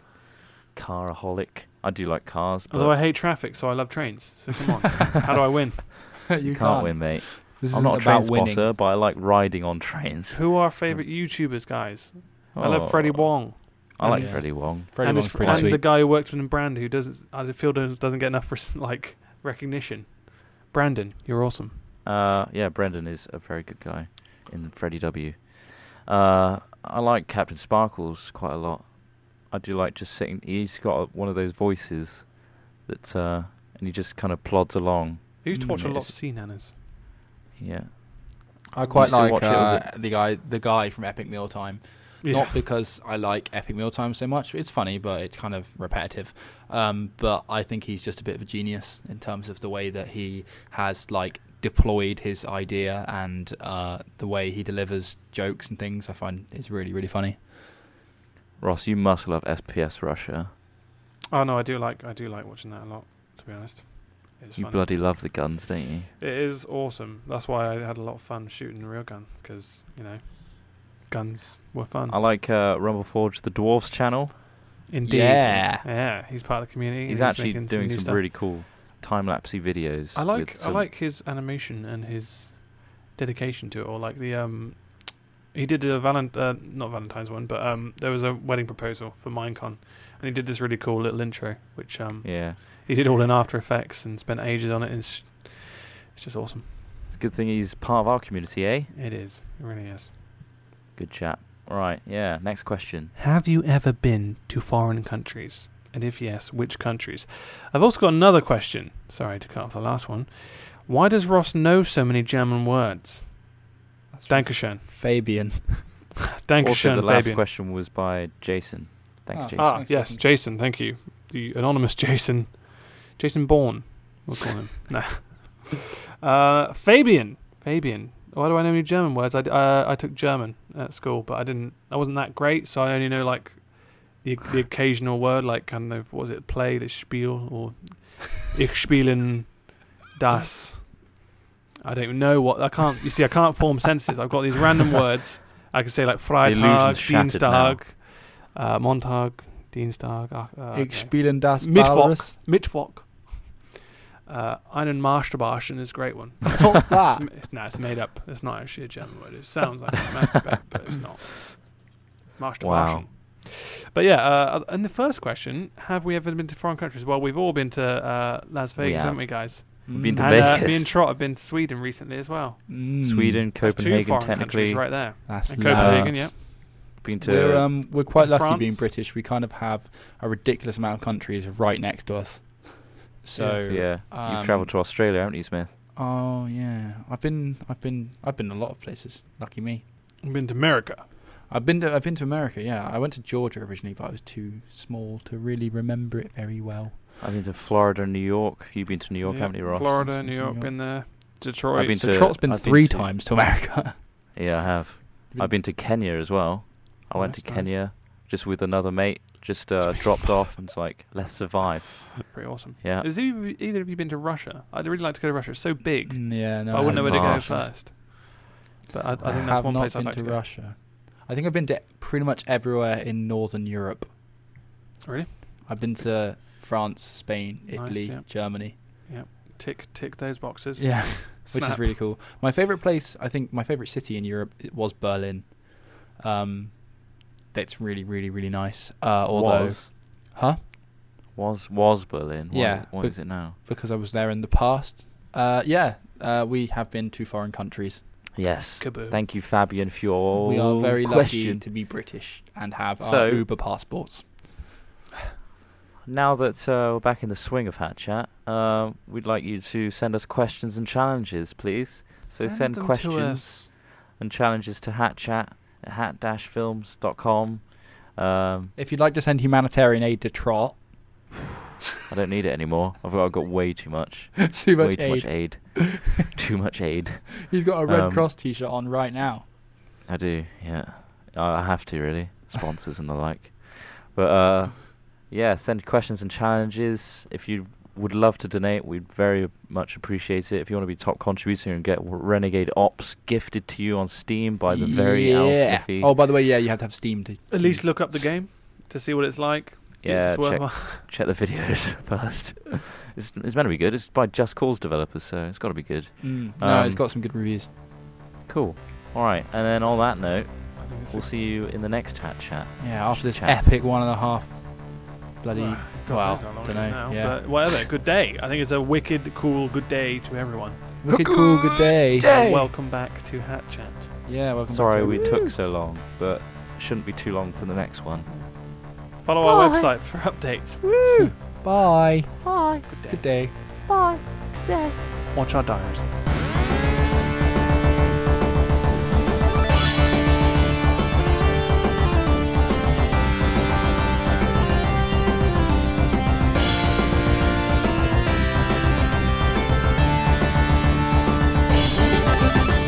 caraholic. I do like cars, but Although I hate traffic, so I love trains. So come on, how do I win? you you can't, win, mate. This I'm isn't not a train about winning. spotter, but I like riding on trains. Who are our favourite YouTubers, guys? I Oh, love Freddie Wong. I like Yeah. Freddie Wong. Freddie and, Wong's his fr- pretty and sweet. the guy who works with him, Brand, who doesn't, I feel doesn't, doesn't get enough res- like recognition. Brandon, you're awesome. Uh, yeah, Brendan is a very good guy in Freddie W. Uh, I like Captain Sparkles quite a lot. I do like just sitting. He's got one of those voices that, uh, and he just kind of plods along. I used to Mm, watch a lot of yes. Sea Nanas. Yeah. I quite still like watch it, uh, was the guy, the guy from Epic Mealtime. Yeah. Not because I like Epic Mealtime so much. It's funny, but it's kind of repetitive. Um, but I think he's just a bit of a genius in terms of the way that he has like deployed his idea and uh, the way he delivers jokes and things. I find it's really really funny. Ross, you must love SPS Russia. oh no, I do like I do like watching that a lot. To be honest, it's You funny. bloody love the guns, don't you? It is awesome. That's why I had a lot of fun shooting the real gun because you know, guns were fun. I like uh, Rumble Forge, the Dwarfs channel. Indeed. Yeah. Yeah, he's part of the community. and He's actually making doing new some, stuff. really cool time lapsey videos. I with like I some- like his animation and his dedication to it. Or like the um, he did a valent uh, not Valentine's one, but um, there was a wedding proposal for Minecon, and he did this really cool little intro, which um, Yeah. he did all in After Effects and spent ages on it. And it's, it's just awesome. It's a good thing he's part of our community, eh? It is. It really is. Good chap. All right. Yeah. Next question. Have you ever been to foreign countries? And if yes, which countries? I've also got another question. Sorry to cut off the last one. Why does Ross know so many German words? Dankeschön. Fabian. also, Dankeschön, the last Fabian. question was by Jason. Thanks, Ah. Jason. Ah, Thanks, yes, Jason. Jason. Thank you. The anonymous Jason. Jason Bourne. We'll call him. no. Uh, Fabian. Fabian. Why do I know any German words? I, d- uh, I took German at school, but I didn't. I wasn't that great, so I only know like the the occasional word, like kind of what was it? Play the Spiel or Ich spielen das. I don't even know what I can't. You see, I can't form sentences. I've got these random words. I can say like Freitag, illusion's shattered now. Dienstag, uh, Montag, Dienstag, ach, Ah, uh, Ich spielen das Mittwoch. Walrus. Mittwoch. Uh, einen Masturbarschen is a great one. What's that? It's, ma- it's, nah, it's made up. It's not actually a German word. It sounds like masturbate, but it's not. Masturbation. But yeah, uh, and the first question: Have we ever been to foreign countries? Well, we've all been to uh, Las We Vegas, have. haven't we, guys? We've been to and uh, me Vegas. and Trot have been to Sweden recently as well. Mm. Sweden, That's two Copenhagen, foreign countries technically. right there. That's And Copenhagen, loves. yeah. Been to We're um, we're quite lucky being France. British. We kind of have a ridiculous amount of countries right next to us. So yeah. um, You've travelled to Australia, haven't you, Smith? Oh yeah, I've been I've been I've been a lot of places. Lucky me. We've been to America. I've been to I've been to America. Yeah, I went to Georgia originally, but I was too small to really remember it very well. I've been to Florida, New York. You've been to New York, Yeah. haven't you, Ross? Florida, Been to New New York, York. been there. Detroit. I've been So to- Trot's been I've been three to- times to America. Yeah, I have. Been- I've been to Kenya as well. I Oh, went to that's nice. Kenya just with another mate. Just To uh, be dropped smothered. off and was like, let's survive. Pretty awesome. Yeah. Has e- either of you been to Russia? I'd really like to go to Russia. It's so big. Mm, yeah, no, but I wouldn't know where to go vast. first. But I, I I think that's have one not place I'd been like to to go. Russia. I think I've been to pretty much everywhere in Northern Europe. Really? I've been to France, Spain, Nice, Italy, yeah. Germany. Tick, tick those boxes. Yeah. which Snap. is really cool. My favorite place, I think, my favorite city in Europe it was Berlin. Um, that's really, really, really nice. Uh, although, was huh? was was Berlin. Why, Yeah, why but- is it now? Because I was there in the past. Uh, yeah, uh, we have been to foreign countries. Yes. Kaboom. Thank you, Fabian, for your we are very lucky question. to be British and have our So- Uber passports. Now that uh, we're back in the swing of Hat Chat, um, we'd like you to send us questions and challenges, please. So send them to questions. us. And challenges to Hat Chat at hat-films.com. Um, If you'd like to send humanitarian aid to Trot, I don't need it anymore. I've got, I've got way too much. too much way aid. too much aid. too much aid. He's got a Red Um, Cross T-shirt on right now. I do, yeah. I I have to really sponsors and the like, but uh, yeah, send questions and challenges. If you would love to donate, we'd very much appreciate it. If you want to be top contributor and get Renegade Ops gifted to you on Steam by the very Al yeah. Smithy, Oh, by the way, yeah, you have to have Steam to At least look up the game to see what it's like. See if yeah, it's check, worthwhile. check the videos first. It's, it's meant to be good. It's by Just Cause developers, so it's got to be good. Mm, no, Um, it's got some good reviews. Cool. All right, and then on that note, I think it's we'll see you in the next chat chat. Yeah, after this Chaps. epic one and a half, bloody Well, well, God knows how long it dunno, is now, yeah. But whatever, good day. I think it's a wicked, cool, good day to everyone. wicked cool good day. And welcome back to Hat Chat. Yeah, welcome. back Sorry to we it. took so long, but shouldn't be too long for the next one. Follow our website for updates. Woo! Bye. Bye. Good day. Good day. Bye. Day. Watch our diaries.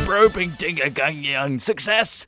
Probing Dingagungyang success!